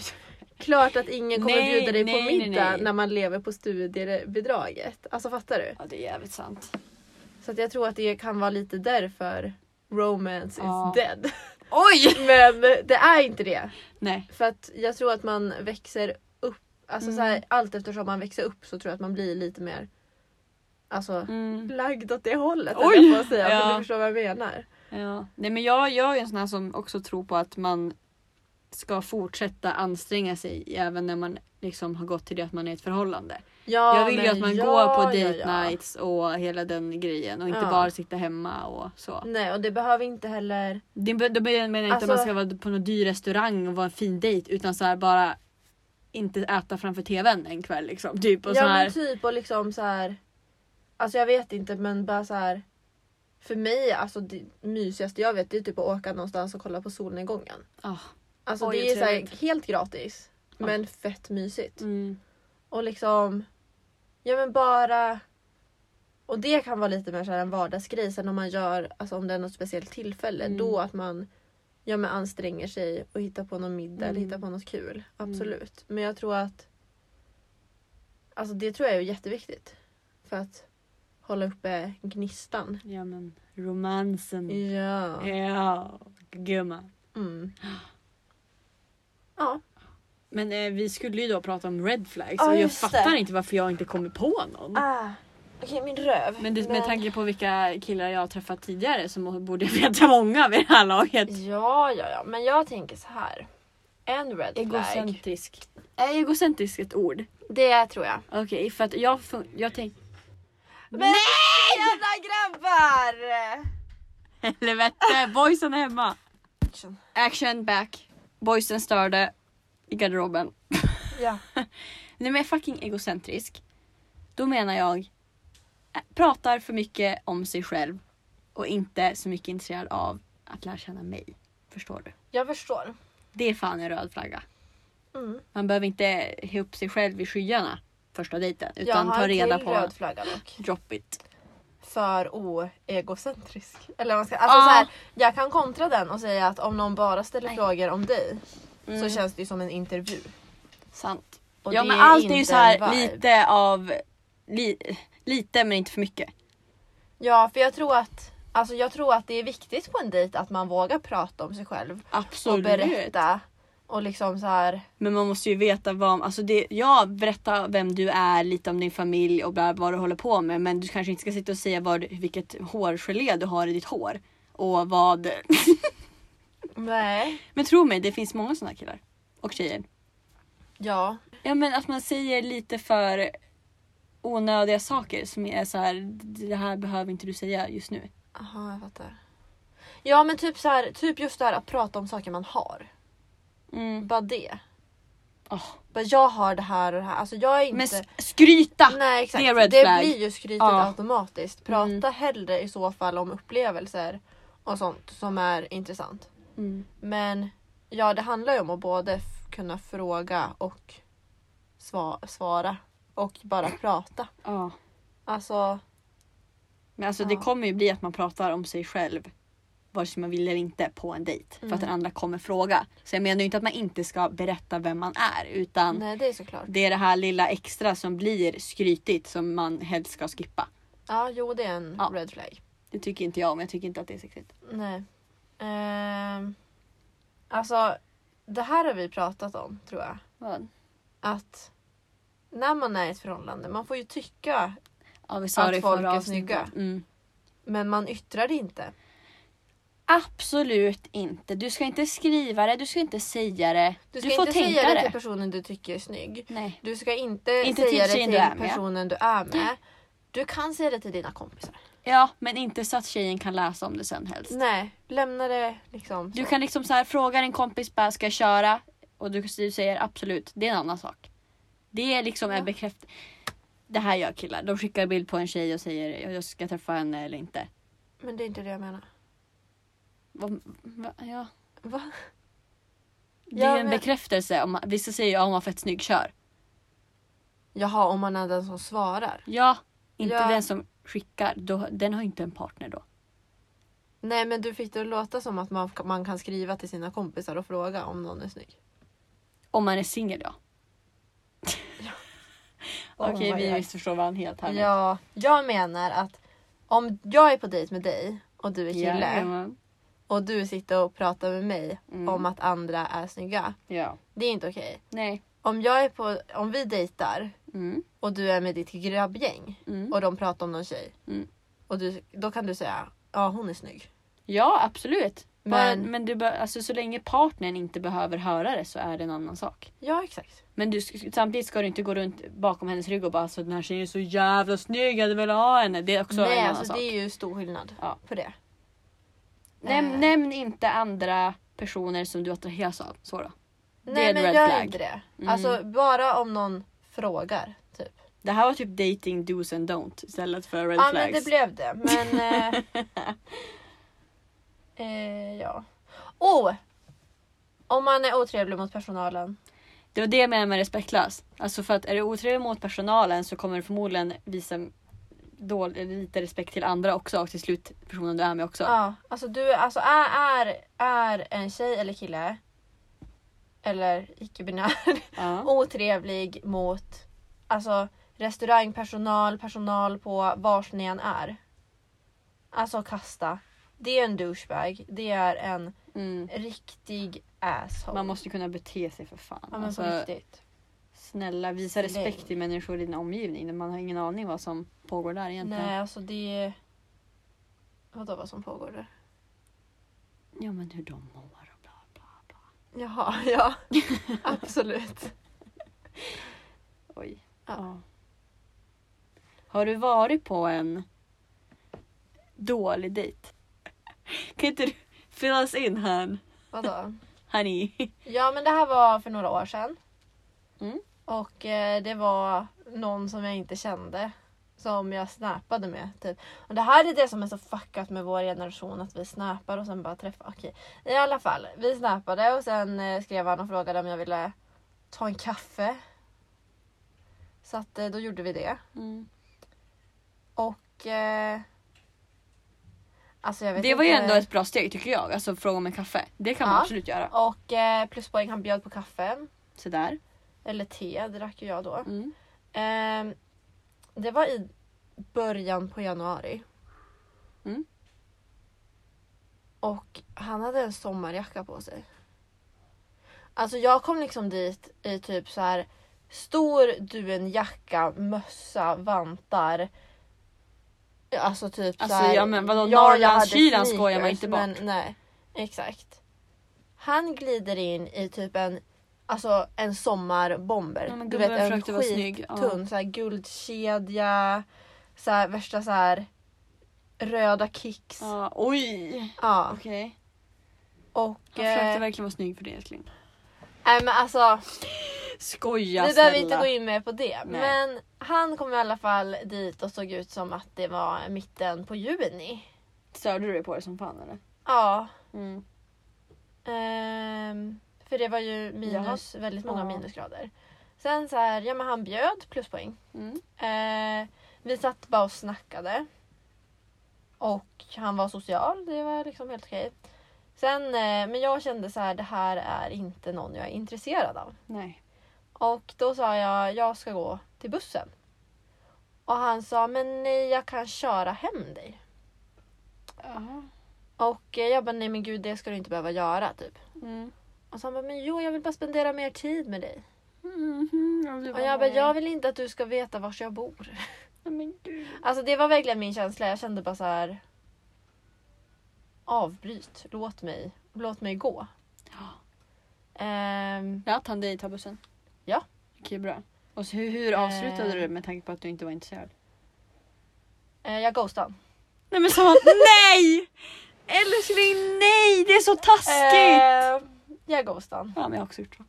Klart att ingen kommer Nej, bjuda dig nej, på nej, middag nej. när man lever på studiebidraget. Alltså fattar du? Ja det är jävligt sant. Så att jag tror att det kan vara lite därför romance Ja. is dead. Oj! Men det är inte det. Nej. För att jag tror att man växer upp. Alltså så Mm. här, allt eftersom man växer upp så tror jag att man blir lite mer alltså, Mm. lagd åt det hållet. Oj! Oj! Jag på att säga, Ja. men du förstår vad jag menar. Ja. Nej men jag, jag är en sån här som också tror på att man ska fortsätta anstränga sig även när man liksom har gått till det att man är i ett förhållande. Ja, jag vill ju men att man ja, går på ja, date ja. nights och hela den grejen och inte Ja. bara sitta hemma och så. Nej, och det behöver inte heller... Det, då menar jag inte Alltså- att man ska vara på någon dyr restaurang och vara en fin dejt utan så här bara inte äta framför tvn en kväll liksom. Typ och ja, så här. men typ och liksom så här... Alltså jag vet inte, men bara så här... För mig, alltså det mysigaste jag vet det är typ att åka någonstans och kolla på solnedgången. Ah, Alltså Oj, det är så här, trevligt. helt gratis. Men fett mysigt. mm. Och liksom... Ja men bara... Och det kan vara lite mer så här en vardagsgrej. Sen om man gör, alltså om det är något speciellt tillfälle, Mm. då att man ja, men anstränger sig och hittar på någon middag eller Mm. hittar på något kul. Absolut. Men jag tror att... Alltså det tror jag är jätteviktigt. För att hålla uppe gnistan. Ja men romansen. Ja. Eh. Ja, gumman. Mm. Ja. Men eh, vi skulle ju då prata om red flags Ja, och jag just det. fattar inte varför jag inte kommer på någon. Ah. Okej, min röv. Men det, med tanke på vilka killar jag har träffat tidigare så må- borde jag veta många vid det här laget. Ja, ja, ja. Men jag tänker så här. En red flag. Eh, Egocentrisk. Är egocentrisk ett ord? Det tror jag. Okej, för att jag, fun- jag tänker... Men Nej! jävla grabbar! Helvete, boysen är hemma. Action. Action back. Boysen störde i garderoben. Ja. Nej men fucking egocentrisk. Då menar jag eh, pratar för mycket om sig själv och inte så mycket intresserad av att lära känna mig. Förstår du? Jag förstår. Det är fan en röd flagga. Mm. Man behöver inte he upp sig själv i skyarna första dejten utan jag ta har reda till på röd flagga dock. drop it. För oegocentrisk. Eller vad man ska, alltså Ja. så här, jag kan kontra den och säga att om någon bara ställer Nej. frågor om dig så Mm. känns det ju som en intervju. Sant. Och ja det men allt är ju inte så här en vibe. lite av li, lite men inte för mycket. Ja för jag tror att Alltså jag tror att det är viktigt på en dejt att man vågar prata om sig själv och Absolut. berätta. Och liksom så här, Men man måste ju veta vad, alltså det, ja berätta vem du är, lite om din familj och bla, vad du håller på med. Men du kanske inte ska sitta och säga vad, du- vilket hårgelé du har i ditt hår. Och vad... nej. men tro mig, det finns många sådana killar. Och tjejer. Ja. Ja men att man säger lite för onödiga saker som är så här, det här behöver inte du säga just nu. Aha, jag fattar. Ja men typ så här, typ just det här att prata om saker man har. Mm. Bara det. Åh. Bara jag har det här och det här. Alltså jag är inte... Men s- skryta! Nej exakt, det är det, red flag. blir ju skrytigt Ja. Mm. automatiskt. Prata hellre i så fall om upplevelser och sånt som är intressant. Mm. Men ja, det handlar ju om att både f- kunna fråga och sva- svara. Och bara prata. Ja. Alltså, Men alltså Ja. det kommer ju bli att man pratar om sig själv vare sig man vill eller inte på en dejt. För Mm. att den andra kommer fråga. Så jag menar ju inte att man inte ska berätta vem man är utan nej det är såklart. det är det här lilla extra som blir skrytigt som man helst ska skippa. Ja, jo det är en Ja. red flag. Det tycker inte jag om. Jag tycker inte att det är sexigt. Nej. Ehm, alltså, det här har vi pratat om tror jag. Vad? Att när man är i ett förhållande, man får ju tycka Ja, vi sa Att det i folk förra är avsnittet. snygga. Mm. men man yttrar det inte. Absolut inte. Du ska inte skriva det, du ska inte säga det. Du Du, ska får inte tänka säga det typ. det. till personen du tycker är snygg. Nej. Du ska inte, Inte till säga det tjejen till du är med. personen du är med. Du kan säga det till dina kompisar. Ja, men inte så att tjejen kan läsa om det sen helst. Nej, lämna det liksom. Du kan liksom så här fråga din kompis bara ska jag köra? Och du, du säger absolut, det är en annan sak. Det är liksom är bekräftat. Det här gör killar. De skickar bild på en tjej och säger "Ja, jag ska träffa henne eller inte. Men det är inte det jag menar. Vad- va- ja. Va? Det Ja, är en men- bekräftelse. Om, vissa säger ja, hon var fett snygg, kör. Jaha, om man är den som svarar. Ja, inte Ja. den som skickar. Då, den har inte en partner då. Nej, men du fick det att låta som att man, man kan skriva till sina kompisar och fråga om någon är snygg. Om man är singel ja. Okej, Oh my vi God. missförstår varandra helt här. nu. Ja, jag menar att om jag är på dejt med dig och du är kille Jajamän. och du sitter och pratar med mig Mm. om att andra är snygga. Ja. Det är inte okej. Nej. Om, jag är på, om vi dejtar Mm. och du är med ditt grabbgäng Mm. och de pratar om någon tjej. Mm. Och du, då kan du säga ja hon är snygg. Ja, absolut. Men, Men- men du bör, alltså, så länge partnern inte behöver höra det så är det en annan sak. Ja exakt. Men du, sk- samtidigt ska du inte gå runt bakom hennes rygg och bara så den här tjejen är så jävla snygg, jag hade velat ha henne. Det är också en nej annan alltså sak. det är ju stor skillnad Ja. på det. Näm, Eh. nämn inte andra personer som du attraheras av. Så då. Det är Nej ett men red gör flag. inte det. Mm. Alltså bara om någon frågar. Typ. Det här var typ dating do's and don't istället för red Ja men flags. det blev det. Men eh, eh, ja. Oh! Om man är otrevlig mot personalen. Det var det jag menade med respektlös. Alltså för att är du otrevlig mot personalen så kommer du förmodligen visa då, lite respekt till andra också och till slut personen du är med också. Ja, alltså du alltså är, är, är en tjej eller kille eller icke-binär Ja. otrevlig mot alltså, restaurangpersonal, personal på vars ni än är. Alltså kasta. Det är en douchebag. Det är en Mm. riktig asshole. Man måste ju kunna bete sig för fan. ja, men på alltså, riktigt. snälla visa Släng. respekt till människor i din omgivning. Man har ingen aning vad som pågår där egentligen. Nej, alltså det... Vadå vad som pågår där? Ja men hur de mår och bla bla bla. Jaha, ja. Absolut. Oj. Ja. Ja. Har du varit på en dålig dejt? Kan inte du fill us in hon, Vadå? honey? Ja men det här var för några år sedan. Mm. Och eh, det var någon som jag inte kände. Som jag snappade med. Typ. Och det här är det som är så fuckat med vår generation. Att vi snappar och sen bara träffar. Okej. I alla fall. Vi snappade och sen eh, skrev han och frågade om jag ville ta en kaffe. Så att eh, då gjorde vi det. Mm. Och... Eh, alltså jag vet Det var ju inte. ändå ett bra steg tycker jag. Alltså fråga om en kaffe. Det kan man Ja. absolut göra. Och eh, pluspoäng han bjöd på kaffe. Så där. Eller te, det drack ju jag då. Mm. Ehm, det var i början på januari. Mm. Och han hade en sommarjacka på sig. Alltså jag kom liksom dit i typ så här stor dunjacka, mössa, vantar. Alltså typ Alltså, så här, ja, men vadå, jag hade Norrlandskylan skojar man sneakers, inte bort. men Nej, exakt. Han glider in i typ en Alltså en sommarbomber. Ja, men du gubben vet en försökte vara snygg, ja. skittunn så här guldkedja, så här, värsta så här röda kicks. Ja. Ja, oj! Okej. Och... Han försökte eh, verkligen vara snygg för det älskling. nej men alltså, Skoja nu snälla. behöver vi inte gå in mer på det. Nej. Men han kom i alla fall dit och såg ut som att det var mitten på juni. Störde du dig på det som fan eller? Ja. Mm. ehm, för det var ju minus, väldigt många Ja. minusgrader. Sen så här, ja men han bjöd pluspoäng. Mm. Eh, vi satt bara och snackade. Och han var social, det var liksom helt okej. Sen, eh, men jag kände så här, det här är inte någon jag är intresserad av. Nej. Och då sa jag, jag ska gå till bussen. Och han sa, men nej jag kan köra hem dig. Och eh, jag bara, nej men gud det ska du inte behöva göra typ. Mm. Och så han bara, men jo jag vill bara spendera mer tid med dig. Mhm, du Och jag bara, jag vill inte att du ska veta var jag bor. Nej, Men gud. Alltså det var verkligen min känsla. Jag kände bara så här. Avbryt. Låt mig, låt mig gå. Ja. Ehm, Lät han dig ta bussen? Ja. Okej bra. Och så hur, hur avslutade Eh. du det med tanke på att du inte var intresserad? eh, jag ghostade honom. Nej men sa han nej! Älskling nej! Det är så taskigt! Ehm, jag ghostade honom. Ja men jag har också gjort så.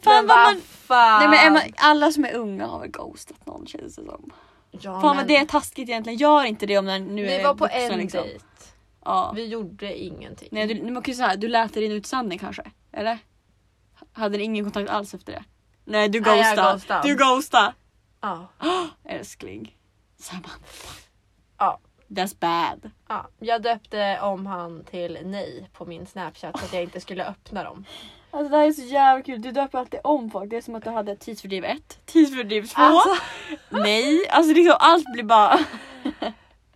Fan vad man... fan. Nej men Emma, alla som är unga har väl ghostat någon känns det som. Ja, Fan men vad det är taskigt egentligen. Gör inte det om den nu är Vi var på vuxen, en liksom. dejt. Ja. Vi gjorde ingenting. Nej, du, man kan ju säga du lät i din utsanning kanske? Eller? Hade ni ingen kontakt alls efter det? Nej, du Nej, jag ghostade. ghostade. du ghostade. Ja. Älskling. Så här bara, Ja. That's bad. Ja, jag döpte om han till nej på min snapchat så att jag inte skulle öppna dem. Alltså det här är så jävla kul. Du döper alltid om folk. Det är som att du hade tidsfördriv 1, tidsfördriv 2. Alltså. Nej, alltså liksom allt blir bara...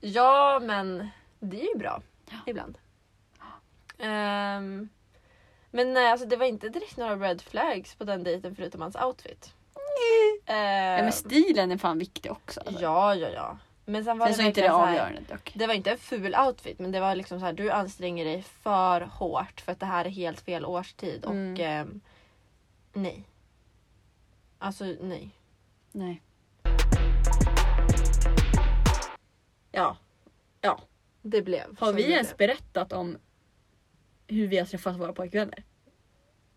Ja, men det är ju bra. Ibland. Ehm, men nej, alltså det var inte direkt några red flags på den dejten förutom hans outfit. Ja, Ehm, men stilen är fan viktig också. Alltså. ja, ja, ja. Men sen var Sen det så är inte det verkligen så här- avgörande dock. Det var inte en ful outfit men det var liksom så här du anstränger dig för hårt för att det här är helt fel årstid och Mm. ehm, nej. Alltså nej. Nej. Ja. Ja. Det blev. Har som vi det ens berättat om hur vi har träffat våra pojkvänner?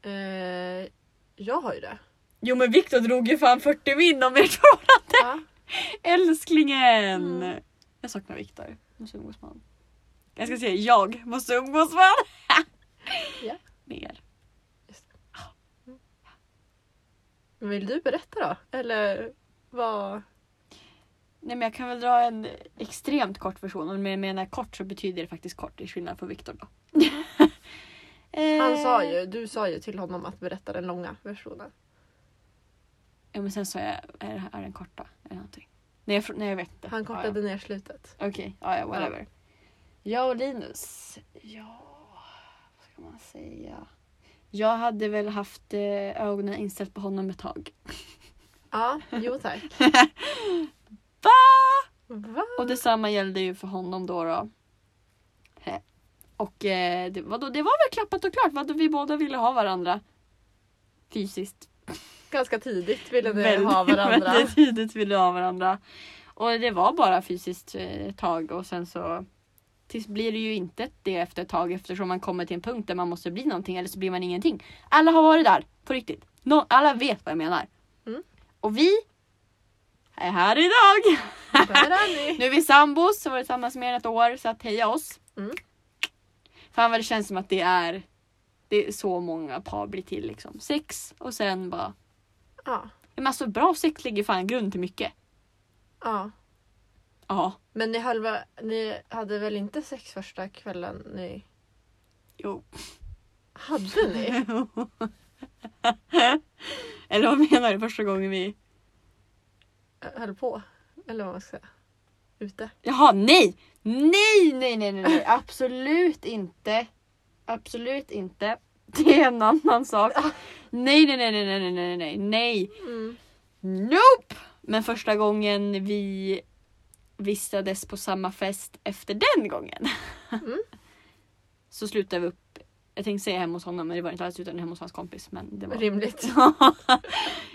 blev. Ehm, jag har ju det. Jo men Viktor drog ju fan 40 min om ert förhållande. Ja. Älsklingen! Mm. Jag saknar Viktor. Måste umgås med honom. Jag ska säga jag måste umgås med honom. Ja. Mer. Vill du berätta då? Eller Eh. vad? Nej men jag kan väl dra en extremt kort version. Om jag menar kort så betyder det faktiskt kort i skillnad från Viktor då. Han sa Eh, ju, du sa ju till honom att berätta den långa versionen. Ja men sen sa jag, är, det- är den korta? Eller någonting. Nej jag, fr- nej, jag vet inte. Han Ja, ja. kortade ner slutet. Okej, ja, ja, whatever. Jag och Linus. Ja, vad ska man säga? Jag hade väl haft eh, ögonen inställt på honom ett tag. Ja, jo tack. Va? Va? Och detsamma gällde ju för honom då. då. Hä. Och eh, det, vadå, det var väl klappat och klart. Vadå, vi båda ville ha varandra. Fysiskt. ganska tidigt ville ni Väldigt- ha varandra. Väldigt tidigt ville ha varandra. Och det var bara fysiskt eh, ett tag och sen så tills blir det ju inte det efter ett tag eftersom man kommer till en punkt där man måste bli någonting eller så blir man ingenting. Alla har varit där, på riktigt. Nå- alla vet vad jag menar. Mm. Och vi är här idag! Där är ni. Nu är vi sambos, så var det tillsammans mer än ett år, så att heja oss. Mm. Fan vad det känns som att det är, det är så många par blir till liksom. Sex och sen bara Ja, Men alltså bra sex lägger fan grund till mycket. ja. Ja. Men ni, halva, ni hade väl inte sex första kvällen ni Jo. hade ni? Eller vad menar du? Första gången vi... Höll på? Eller vad man ska säga. Ute? Jaha, nej! Nej, nej, nej, nej, nej. Absolut inte. Absolut inte. Det är en annan sak. Nej, nej, nej, nej, nej, nej, nej, nej, nej. Mm. Nope! Men första gången vi vistades på samma fest efter den gången. Mm. Så slutade vi upp, jag tänkte säga hemma hos honom men det var inte alls utan hemma hos hans kompis. Men det var Rimligt.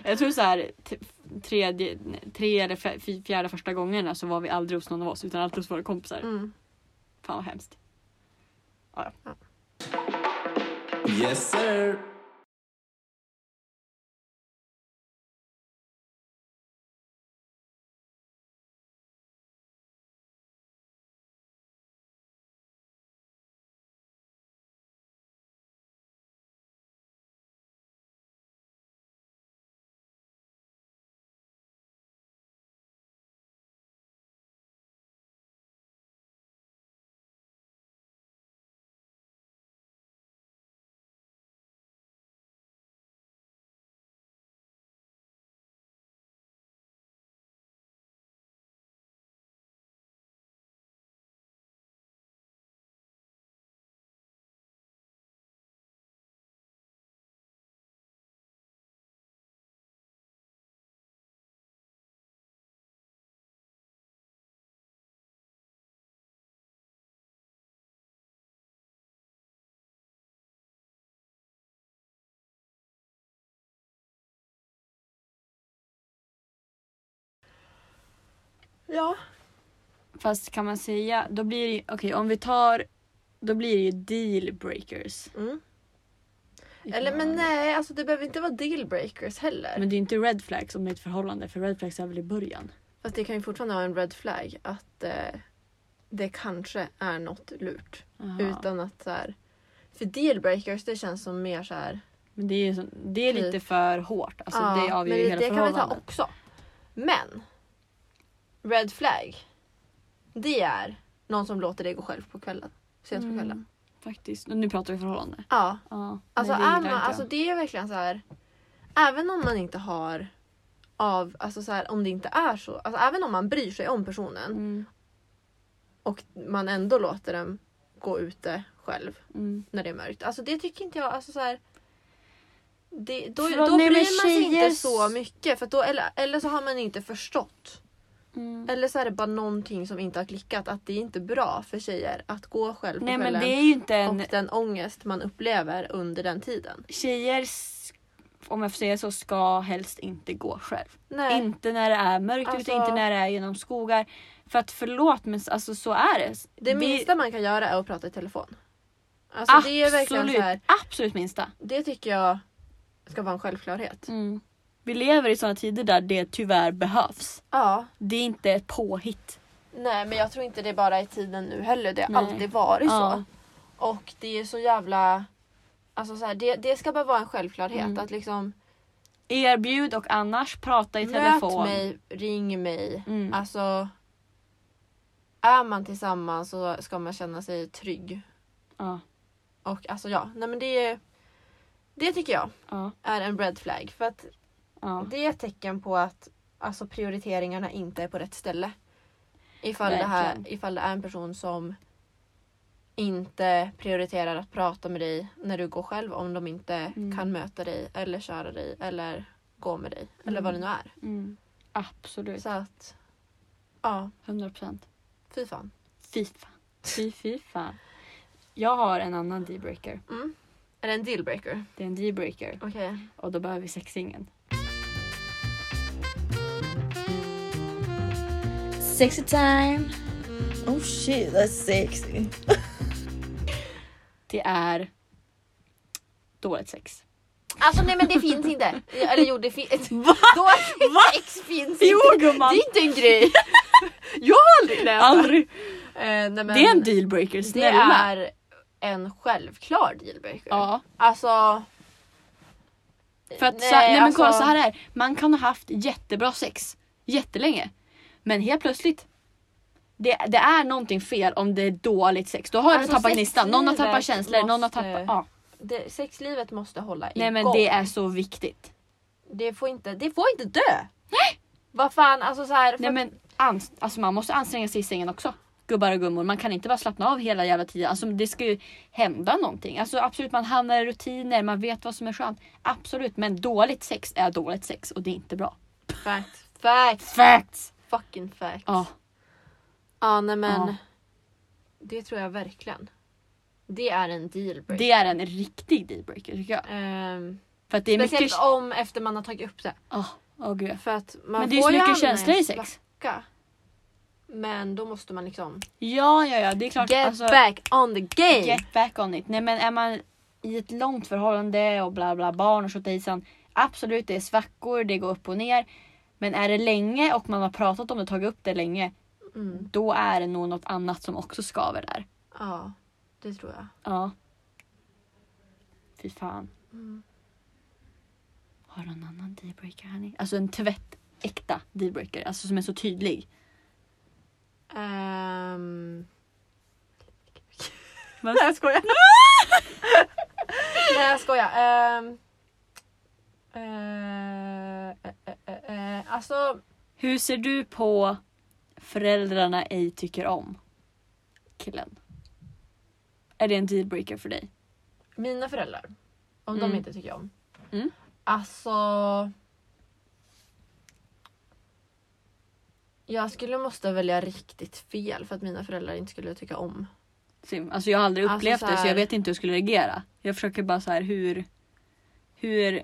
jag tror så här t- tredje, nej, tre eller f- fj- fjärde första gångerna så var vi aldrig hos någon av oss utan alltid hos våra kompisar. Mm. Fan vad hemskt. Ja, ja. Yes sir. Ja. Fast kan man säga, då blir det ju- okej om vi tar, då blir det ju deal breakers. Mm. Eller men nej, alltså det behöver inte vara dealbreakers heller. Men det är ju inte red flags om det är ett förhållande för red flags är väl i början. Fast det kan ju fortfarande vara en red flag att eh, det kanske är något lurt. Utan att så här, För dealbreakers det känns som mer så här. Men det är, ju så, det är lite Typ. för hårt. Alltså, ja, det avgör men ju det, hela det kan vi förhållandet. ta också. Men. Red flag. Det är någon som låter dig gå själv på kvällen. Sent på Mm. kvällen. Faktiskt. Och Nu pratar vi förhållande. Ja. Ja. Alltså, Nej, det det, är gillar man, inte jag. alltså det är verkligen så här. Även om man inte har av, alltså så här, om det inte är så. Alltså även om man bryr sig om personen. Mm, och man ändå låter den gå ute själv mm. när det är mörkt. Alltså det tycker inte jag, alltså så här, det, då, För- då nej, bryr men man sig tjejer- inte så mycket. För att då, eller, eller så har man inte förstått. Mm. Eller så är det bara någonting som inte har klickat. Att det är inte bra för tjejer att gå själv på Nej men kvällen. det är ju inte en... Och den ångest man upplever under den tiden. Tjejer, s- om jag får säga så, ska helst inte gå själv. Nej. Inte när det är mörkt Alltså- ute, inte när det är genom skogar. För att förlåt men s- alltså, så är det. det minsta man kan göra är att prata i telefon. Alltså det är verkligen absolut, så här, absolut minsta. Det tycker jag ska vara en självklarhet. Mm. Vi lever i sådana tider där det tyvärr behövs. Ja, Det är inte ett påhitt. Nej men jag tror inte det bara är tiden nu heller. Det har Nej. alltid varit Ja. så. Och det är så jävla... Alltså så här, det, det ska bara vara en självklarhet. Mm. Att liksom Erbjud och annars prata i möt telefon. mig, ring mig. Mm. Alltså är man tillsammans så ska man känna sig trygg. Ja, Och alltså ja, nej men det Det tycker jag ja, är en red flag. För att ja. det är ett tecken på att alltså, prioriteringarna inte är på rätt ställe. Ifall det, här, Verkligen. ifall det är en person som inte prioriterar att prata med dig när du går själv om de inte Mm. kan möta dig eller köra dig eller gå med dig. Eller vad det nu är. Mm. Absolut. Så att, ja, 100 procent. fy fan. Fy fan. Fy, fy fan. Jag har en annan dealbreaker. Mm. Är det en dealbreaker? Det är en dealbreaker. Okej. Och då behöver vi sexingen. Sexy time. Oh shit, that's sexy. det är dåligt sex. Alltså nej men det finns inte. Eller jo det finns. Va? Då Va? sex finns Jo inte. Det gumman! är inte en grej. Jag har aldrig läst Aldrig. Eh, nej, men, Det är en dealbreaker, Det snälla. är en självklar dealbreaker. Ja. Alltså. För att Nej, så, nej men kolla alltså- så här är det. Man kan ha haft jättebra sex jättelänge. Men helt plötsligt. Det, det är någonting fel om det är dåligt sex. Då har Alltså, du tappat gnistan. Någon har sexlivet tappat känslor. Någon har måste- tappat... Ja. Det, sexlivet måste hålla igång. Nej men det är så viktigt. det får inte, det får inte dö. Nej. Vad fan alltså så här, Nej för- men ans- alltså, man måste anstränga sig i sängen också. Gubbar och gummor. Man kan inte bara slappna av hela jävla tiden. Alltså, det ska ju hända någonting. Alltså, absolut man hamnar i rutiner. Man vet vad som är skönt. Absolut men dåligt sex är dåligt sex och det är inte bra. fact. Fact. Facts! Fucking fact. Ja. Ja, nej men. Ja. Det tror jag verkligen. Det är en dealbreaker. Det är en riktig dealbreaker tycker jag. Ehm, För att det är speciellt mycket... om efter man har tagit upp det. Åh, åh gud. För att man Men det är ju får så ju mycket hamna känslor en i sex. svacka. Men då måste man liksom Ja, ja, ja. Det är klart. get alltså, back on the game. get back on it. Nej men är man i ett långt förhållande och bla bla barn och tjottahejsan. Absolut det är svackor, det går upp och ner. Men är det länge och man har pratat om det och tagit upp det länge. Mm. Då är det nog något annat som också skaver där. Ja, det tror jag. Ja. Fy fan. Har du en annan dealbreaker hörni? Alltså en tvättäkta dealbreaker. Alltså som är så tydlig. Ehm, Men- Nej jag skojar. Nej jag skojar. Ehm, eh, eh, eh, eh, alltså Hur ser du på föräldrarna ej tycker om killen? Är det en dealbreaker för dig? mina föräldrar, om Mm. de inte tycker om. Mm. Alltså... Jag skulle måste välja riktigt fel för att mina föräldrar inte skulle tycka om. Sim, Alltså jag har aldrig Alltså upplevt så det så här- jag vet inte hur jag skulle reagera. Jag försöker bara så här hur... Hur...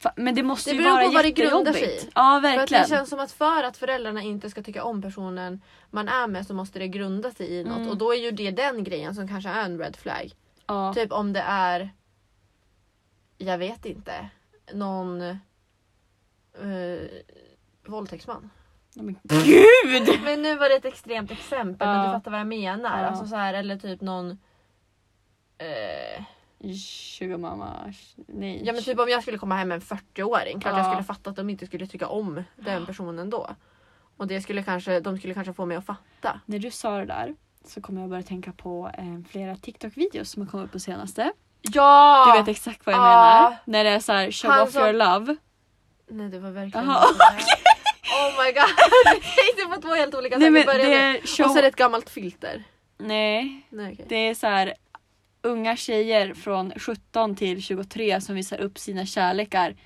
Fa- Men det måste Det ju beror vara på vad det grundar sig jättejobbigt. i. Ja För att verkligen. det känns som att för att föräldrarna inte ska tycka om personen man är med så måste det grunda sig i något. Mm. Och då är ju det den grejen som kanske är en red flag. Ja. Typ om det är... Jag vet inte. Någon... Eh, våldtäktsman. Men gud! Men nu var det ett extremt exempel men Ja. du fattar vad jag menar. Ja. Alltså så här, eller typ någon... Eh, Sugarmamma. Nej. ja men typ om jag skulle komma hem med en 40-åring. Klart Ja. jag skulle fatta att de inte skulle tycka om den personen då. Och det skulle kanske, de skulle kanske få mig att fatta. När du sa det där så kommer jag börja tänka på eh, flera TikTok-videos som har kommit upp på senaste. Ja! Du vet exakt vad jag Ja. menar. När det är så här show Ah. Han off som- your love. Nej det var verkligen Jaha, inte det. Oh my god! Jag tänkte på två helt olika Nej saker. men Börja det med- är show... Och så är det ett gammalt filter. Nej, Nej, okej. det är så här unga tjejer från 17 till 23 som visar upp sina kärlekar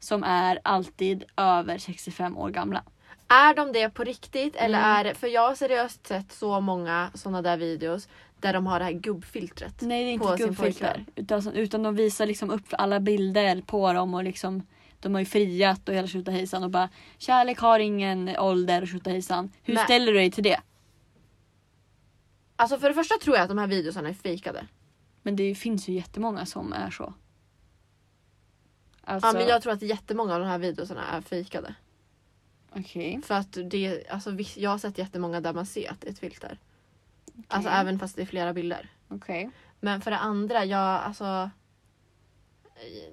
som är alltid över 65 år gamla. Är de det på riktigt eller Mm. är det... För jag har seriöst sett så många såna där videos där de har det här gubbfiltret. Nej, det är På inte sin gubbfilter. pojkvän. Utan, utan de visar liksom upp alla bilder på dem och liksom de har ju friat och hela tjotahejsan och bara kärlek har ingen ålder och tjotahejsan. Hur Nej. ställer du dig till det? Alltså för det första tror jag att de här videosarna är fejkade. Men det finns ju jättemånga som är så. Alltså, Ja, men jag tror att jättemånga av de här videosarna är fejkade. okej. För att det, alltså, vis- jag har sett jättemånga där man ser att det är ett filter. Alltså även fast det är flera bilder. okej. Men för det andra, jag alltså...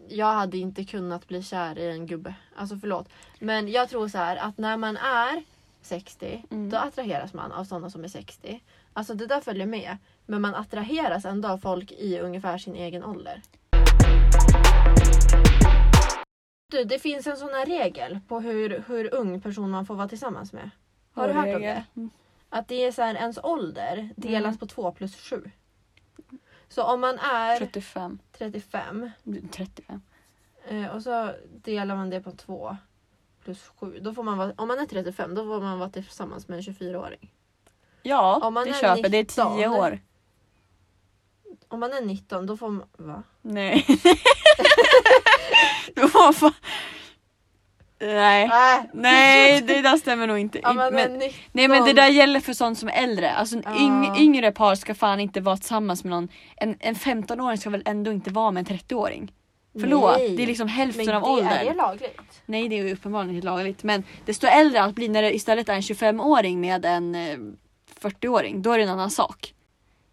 Jag hade inte kunnat bli kär i en gubbe. Alltså förlåt. Men jag tror så här att när man är 60 Mm. då attraheras man av sådana som är 60. Alltså det där följer med. Men man attraheras ändå av folk i ungefär sin egen ålder. Du, det finns en sån här regel på hur, hur ung person man får vara tillsammans med. Har du hört om det? Att det är så här, ens ålder delas Mm. på 2 plus 7. Så om man är 35. 35 Du, 35. eh, och så delar man det på 2 plus 7. Då får man vara, om man är 35 då får man vara tillsammans med en 24-åring. Ja, Om man det är köper. Det är 10 19. år. Om man är 19 då får man... Va? Nej. Vad fan? Nej. Nej. Nej det där stämmer nog inte. Ja, men, Äh, men, men, nej men det där gäller för sånt som är äldre. Alltså en yng, Ja. yngre par ska fan inte vara tillsammans med någon. En, en 15-åring ska väl ändå inte vara med en 30-åring. Förlåt, Nej. det är liksom hälften men av det åldern. Är det lagligt? Nej det är ju uppenbarligen inte lagligt men desto äldre att bli när det istället är en 25-åring med en eh, 40-åring då är det en annan sak.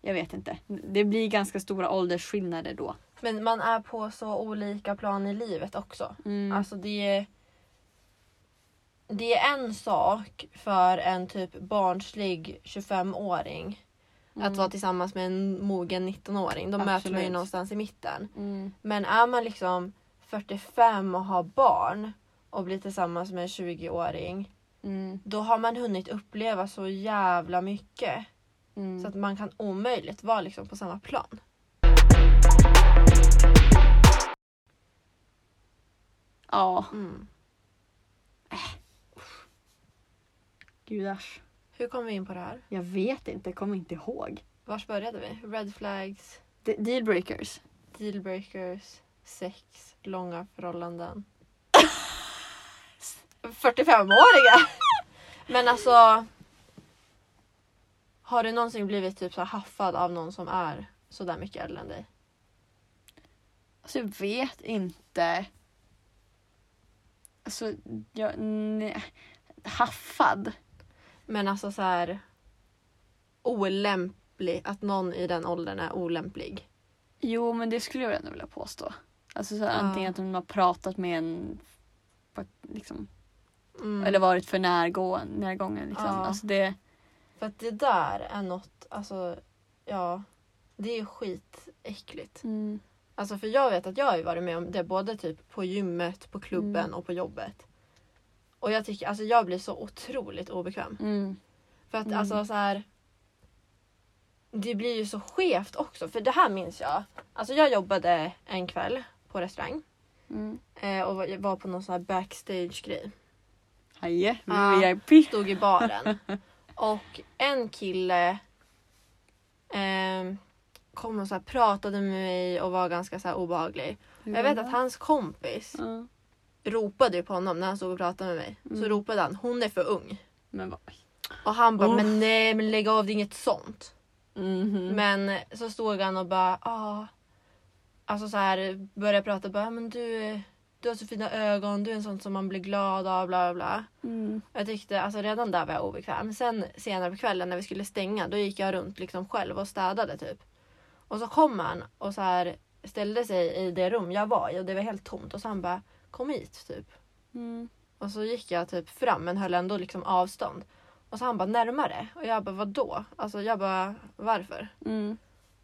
Jag vet inte. Det blir ganska stora åldersskillnader då. Men man är på så olika plan i livet också. Mm. Alltså det är... Det är en sak för en typ barnslig 25-åring att vara tillsammans med en mogen 19-åring. De möter man ju Mm. Absolut. någonstans i mitten. Mm. Men är man liksom 45 och har barn och blir tillsammans med en 20-åring Mm. då har man hunnit uppleva så jävla mycket Mm. så att man kan omöjligt vara liksom på samma plan. Ja, Mm. gudars. Hur kom vi in på det här? Jag vet inte, kommer inte ihåg. Vars började vi? Red flags, De- dealbreakers. dealbreakers, sex, långa förhållanden. 45-åriga! Men alltså... Har du någonsin blivit typ så här haffad av någon som är så där mycket äldre än dig? Alltså jag vet inte. Alltså, jag... Nej. Haffad? Men alltså så här olämplig, att någon i den åldern är olämplig. Jo, men det skulle jag ändå vilja påstå. Alltså så här, Ja. antingen att de har pratat med en fakt- liksom, Mm. eller varit för närgå- närgången. Liksom. Ja. Alltså det, För att det där är något, alltså ja, det är ju skitäckligt. mm, Alltså för jag vet att jag har ju varit med om det både typ på gymmet, på klubben Mm. och på jobbet. Och jag tycker, alltså jag blir så otroligt obekväm. mm, För att Mm. alltså så här. Det blir ju så skevt också, för det här minns jag. Alltså jag jobbade en kväll på restaurang mm. eh, och var- var på någon sån här backstage-grej. Haje, nu Ja. är jag i stod i baren. Och en kille ehm, kom och så här pratade med mig och var ganska så här obehaglig. Jag Mm. vet att hans kompis Ja. ropade ju på honom när han stod och pratade med mig. Så ropade han hon är för ung. Men vad... Och han bara Uff. men nej men lägg av det är inget sånt. Mhm. Men så stod han och bara ja. Alltså så här började prata bara men du, du har så fina ögon, du är en sån som man blir glad av bla bla bla. Mm. Jag tyckte alltså redan där var jag obekväm. Sen senare på kvällen när vi skulle stänga då gick jag runt liksom själv och städade typ. Och så kom han och så här ställde sig i det rum jag var i och det var helt tomt och så han bara kom hit typ. Mm. Och så gick jag typ fram men höll ändå liksom avstånd. Och så han bara närmare och jag bara vadå? Alltså jag bara varför? Mm.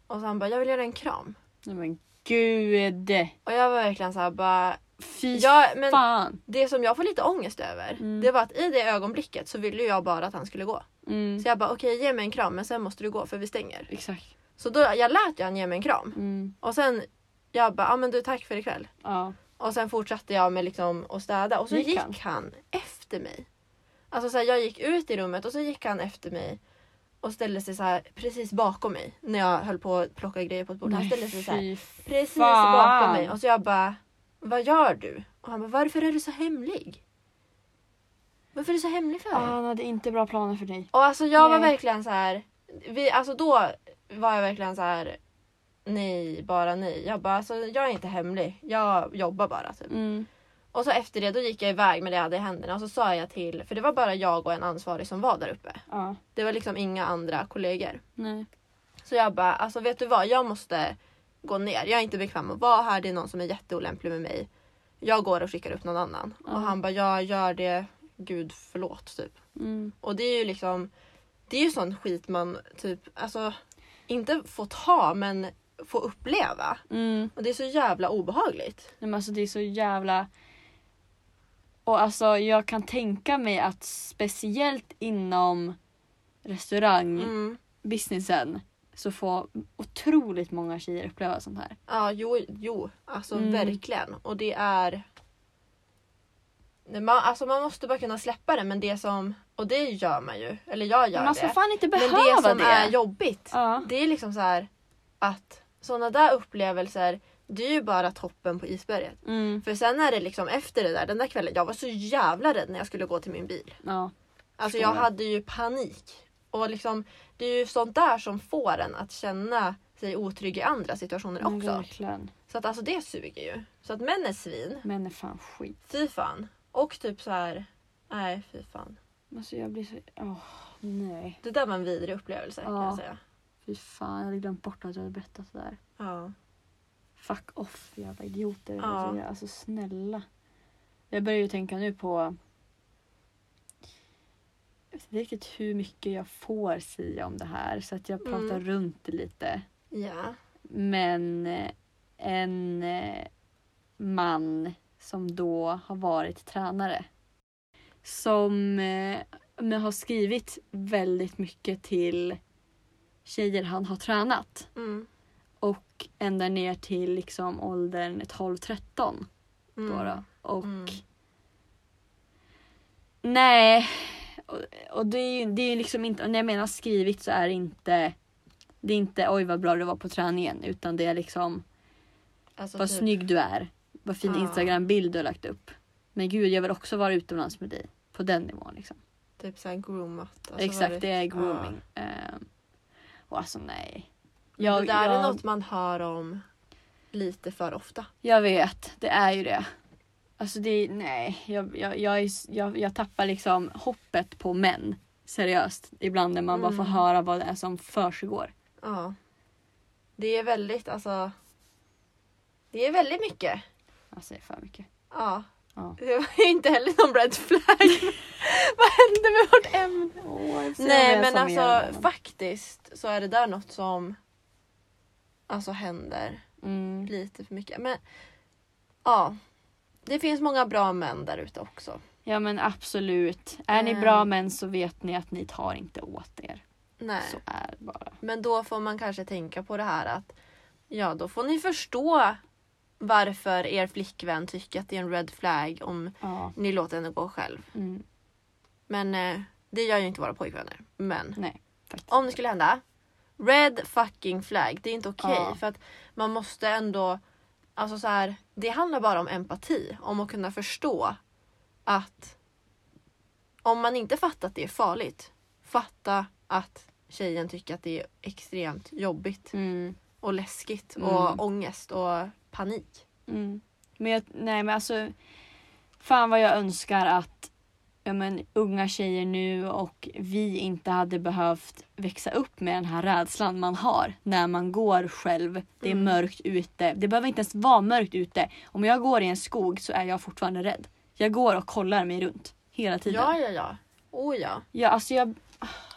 Och så han bara jag vill göra en kram. Nej, men gud! Och jag var verkligen så här bara Fy ja, men fan! det som jag får lite ångest över Mm. det var att i det ögonblicket så ville ju jag bara att han skulle gå. Mm. Så jag bara okej ge mig en kram men sen måste du gå för vi stänger. Exakt. Så då, jag lät ju han ge mig en kram. Mm. Och sen jag bara ah, men du tack för ikväll. Ja. Och sen fortsatte jag med liksom att städa och så Gick gick, han? han? efter mig. Alltså så här, jag gick ut i rummet och så gick han efter mig och ställde sig så här precis bakom mig när jag höll på att plocka grejer på ett bord. Han ställde sig så här fy precis fan. bakom mig och så jag bara vad gör du? Och han bara varför är du så hemlig? Varför är du så hemlig för? Ah, han hade inte bra planer för dig. Och alltså jag var Nej. verkligen så här. Vi, alltså då var jag verkligen så här. Nej, bara nej. Jag bara, alltså, jag är inte hemlig. Jag jobbar bara typ. Mm. och Och så efter det då gick jag iväg med det jag hade i händerna och så sa jag till, för det var bara jag och en ansvarig som var där uppe. Ja. Det var liksom inga andra kollegor. Nej. Så jag bara, alltså vet du vad, jag måste gå ner. Jag är inte bekväm att vara här, det är någon som är jätteolämplig med mig. Jag går och skickar upp någon annan. Ja. Och han bara, jag gör det, gud förlåt typ. Mm. Och det är ju liksom Det är ju sån skit man typ alltså inte får ta men får uppleva. Mm. Och det är så jävla obehagligt. Nej, men alltså det är så jävla... Och alltså jag kan tänka mig att speciellt inom restaurangbusinessen Mm. så får otroligt många tjejer uppleva sånt här. Ja, jo, jo. Alltså Mm. verkligen. Och det är Nej, man, alltså man måste bara kunna släppa det men det som och det gör man ju eller jag gör Men man det. ska fan inte men behöva det som det. är jobbigt ja. det är liksom så här att sådana där upplevelser Det är ju bara toppen på isberget. Mm. För sen är det liksom efter det där, den där kvällen, jag var så jävla rädd när jag skulle gå till min bil. Ja. Alltså Förstår jag det. hade ju panik. Och liksom, det är ju sånt där som får en att känna sig otrygg i andra situationer Men också. Verkligen. Så att alltså det suger ju. Så att män är svin, Män är fan skit. fy fan. Och typ så här, nej fy fan. Alltså jag blir så... Åh, nej. Det där var en vidrig upplevelse kan Ja. jag säga. Fy fan, jag hade glömt bort att du hade berättat det där. Ja. Fuck off jävla idioter. Ja. Alltså, jag- alltså snälla. Jag börjar ju tänka nu på... Jag vet inte riktigt hur mycket jag får säga om det här så att jag pratar Mm. runt det lite. Ja. Men eh, en eh, man som då har varit tränare. Som eh, men har skrivit väldigt mycket till tjejer han har tränat. Mm. Och ända ner till liksom åldern 12-13 Mm. bara. Och Mm. nej. Och, och det är ju det är ju liksom inte, när jag menar skrivit så är det inte det är inte oj vad bra du var på träningen utan det är liksom Alltså, vad typ, Ah. snygg du är. Vad fin Ja. Instagram-bild du har lagt upp. Men gud jag vill också vara utomlands med dig. På den nivån liksom. typ såhär groomat. Alltså, Exakt varit- det är Ja. grooming. Ehm, och alltså nej. det Jag, där jag, är något man hör om lite för ofta. Jag vet, det är ju det. Alltså det är, nej, jag, jag, jag, är, jag, jag tappar liksom hoppet på män. Seriöst, ibland när man bara får Mm. höra vad det är som försiggår. Ja. Det är väldigt, alltså. Det är väldigt mycket. Alltså det är för mycket. Ja. Ja. Det var ju inte heller någon red flag. Vad hände med vårt ämne? Nej men alltså faktiskt så är det där något som alltså händer Mm. lite för mycket. Men ja. Det finns många bra män där ute också. Ja men absolut. Är ni Mm. bra män så vet ni att ni tar inte åt er. Nej. Så är det bara. Men då får man kanske tänka på det här att ja, då får ni förstå varför er flickvän tycker att det är en red flag om Ja. ni låter henne gå själv. Mm. Men eh, det gör ju inte våra pojkvänner. Men Nej. Faktiskt. om det skulle hända. Red fucking flag. Det är inte okej. Ja. För att man måste ändå. Alltså så här. Det handlar bara om empati. Om att kunna förstå att. Om man inte fattar att det är farligt. Fatta att tjejen tycker att det är extremt jobbigt. Mm. Och läskigt. Mm. Och ångest. Och panik. Mm. Men jag, nej men alltså. Fan vad jag önskar att ja, men, unga tjejer nu och vi inte hade behövt växa upp med den här rädslan man har när man går själv. Det är Mm. mörkt ute. Det behöver inte ens vara mörkt ute. Om jag går i en skog så är jag fortfarande rädd. Jag går och kollar mig runt hela tiden. Ja, ja, ja. Oh ja. Ja, alltså jag,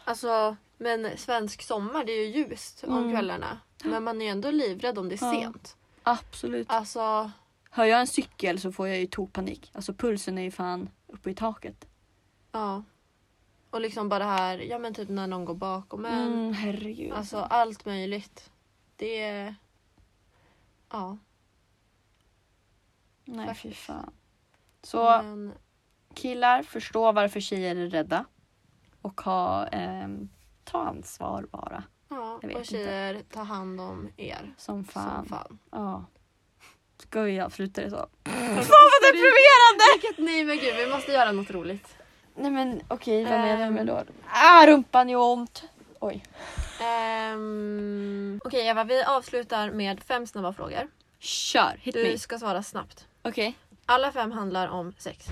Alltså. Men svensk sommar det är ju ljust om Mm. kvällarna. Men man är ju ändå livrädd om det är Ja. sent. absolut. Alltså. Hör jag en cykel så får jag ju tokpanik. Alltså pulsen är ju fan uppe i taket. Ja. Och liksom bara det här, ja men typ när någon går bakom en. Mm, herregud. Alltså allt möjligt. Det är... Ja. nej fy faktiskt. Mm. fan. Så Men, killar förstå varför tjejer är rädda. Och ha, ehm, ta ansvar bara. ja. jag vet Och tjejer, ta hand om er. Som fan. Som fan. Ja. Ska vi avsluta det så? Fan vad deprimerande! Vilket nej men gud, vi måste göra något roligt. Nej men okej, vad menar du Ehm. med då? Ah, rumpan gör ont! Oj. Ehm, Okej Eva, vi avslutar med fem snabba frågor. Kör, hit me. Du ska svara snabbt. Okej. Alla fem handlar om sex.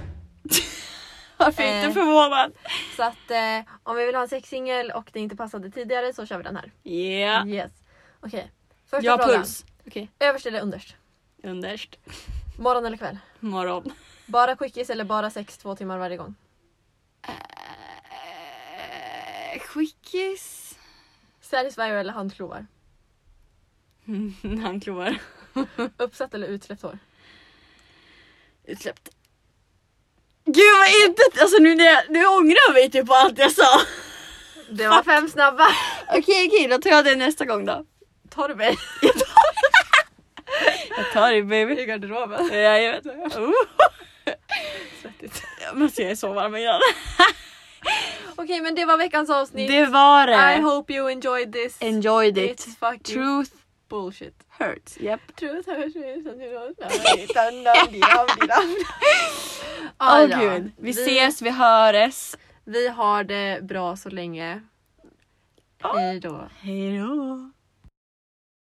Varför Eh. inte förvånad? Så att eh, om vi vill ha en sexsingel och det inte passade tidigare så kör vi den här. Yeah. Yes. Okej. Första Jag har frågan. puls. Okej, Överst eller underst? underst. Morgon eller kväll? Morgon. Bara quickies eller bara sex två timmar varje gång? Eh, Skickis. Satisfyer eller handklovar? Han kloar. Uppsatt eller utsläppt hår? Utsläppt. Gud vad inte... Alltså nu, när jag- nu ångrar jag mig typ på allt jag sa. Det var fem snabba! Okej, okej, då tar jag det nästa gång då. Tar du mig Jag tar det baby. i garderoben? Ja, jag vet. Oh. Svettigt. Men alltså, jag är så varm i öronen. Okej men det var veckans avsnitt. Det var I det. hope you enjoyed this. Enjoyed it. It's fucking Truth Bullshit. Hurts, japp. Truth hurts me sometimes. Ah, Åh ja. gud. Vi ses, vi höres. Vi har det bra så länge. Hej då. Hejdå.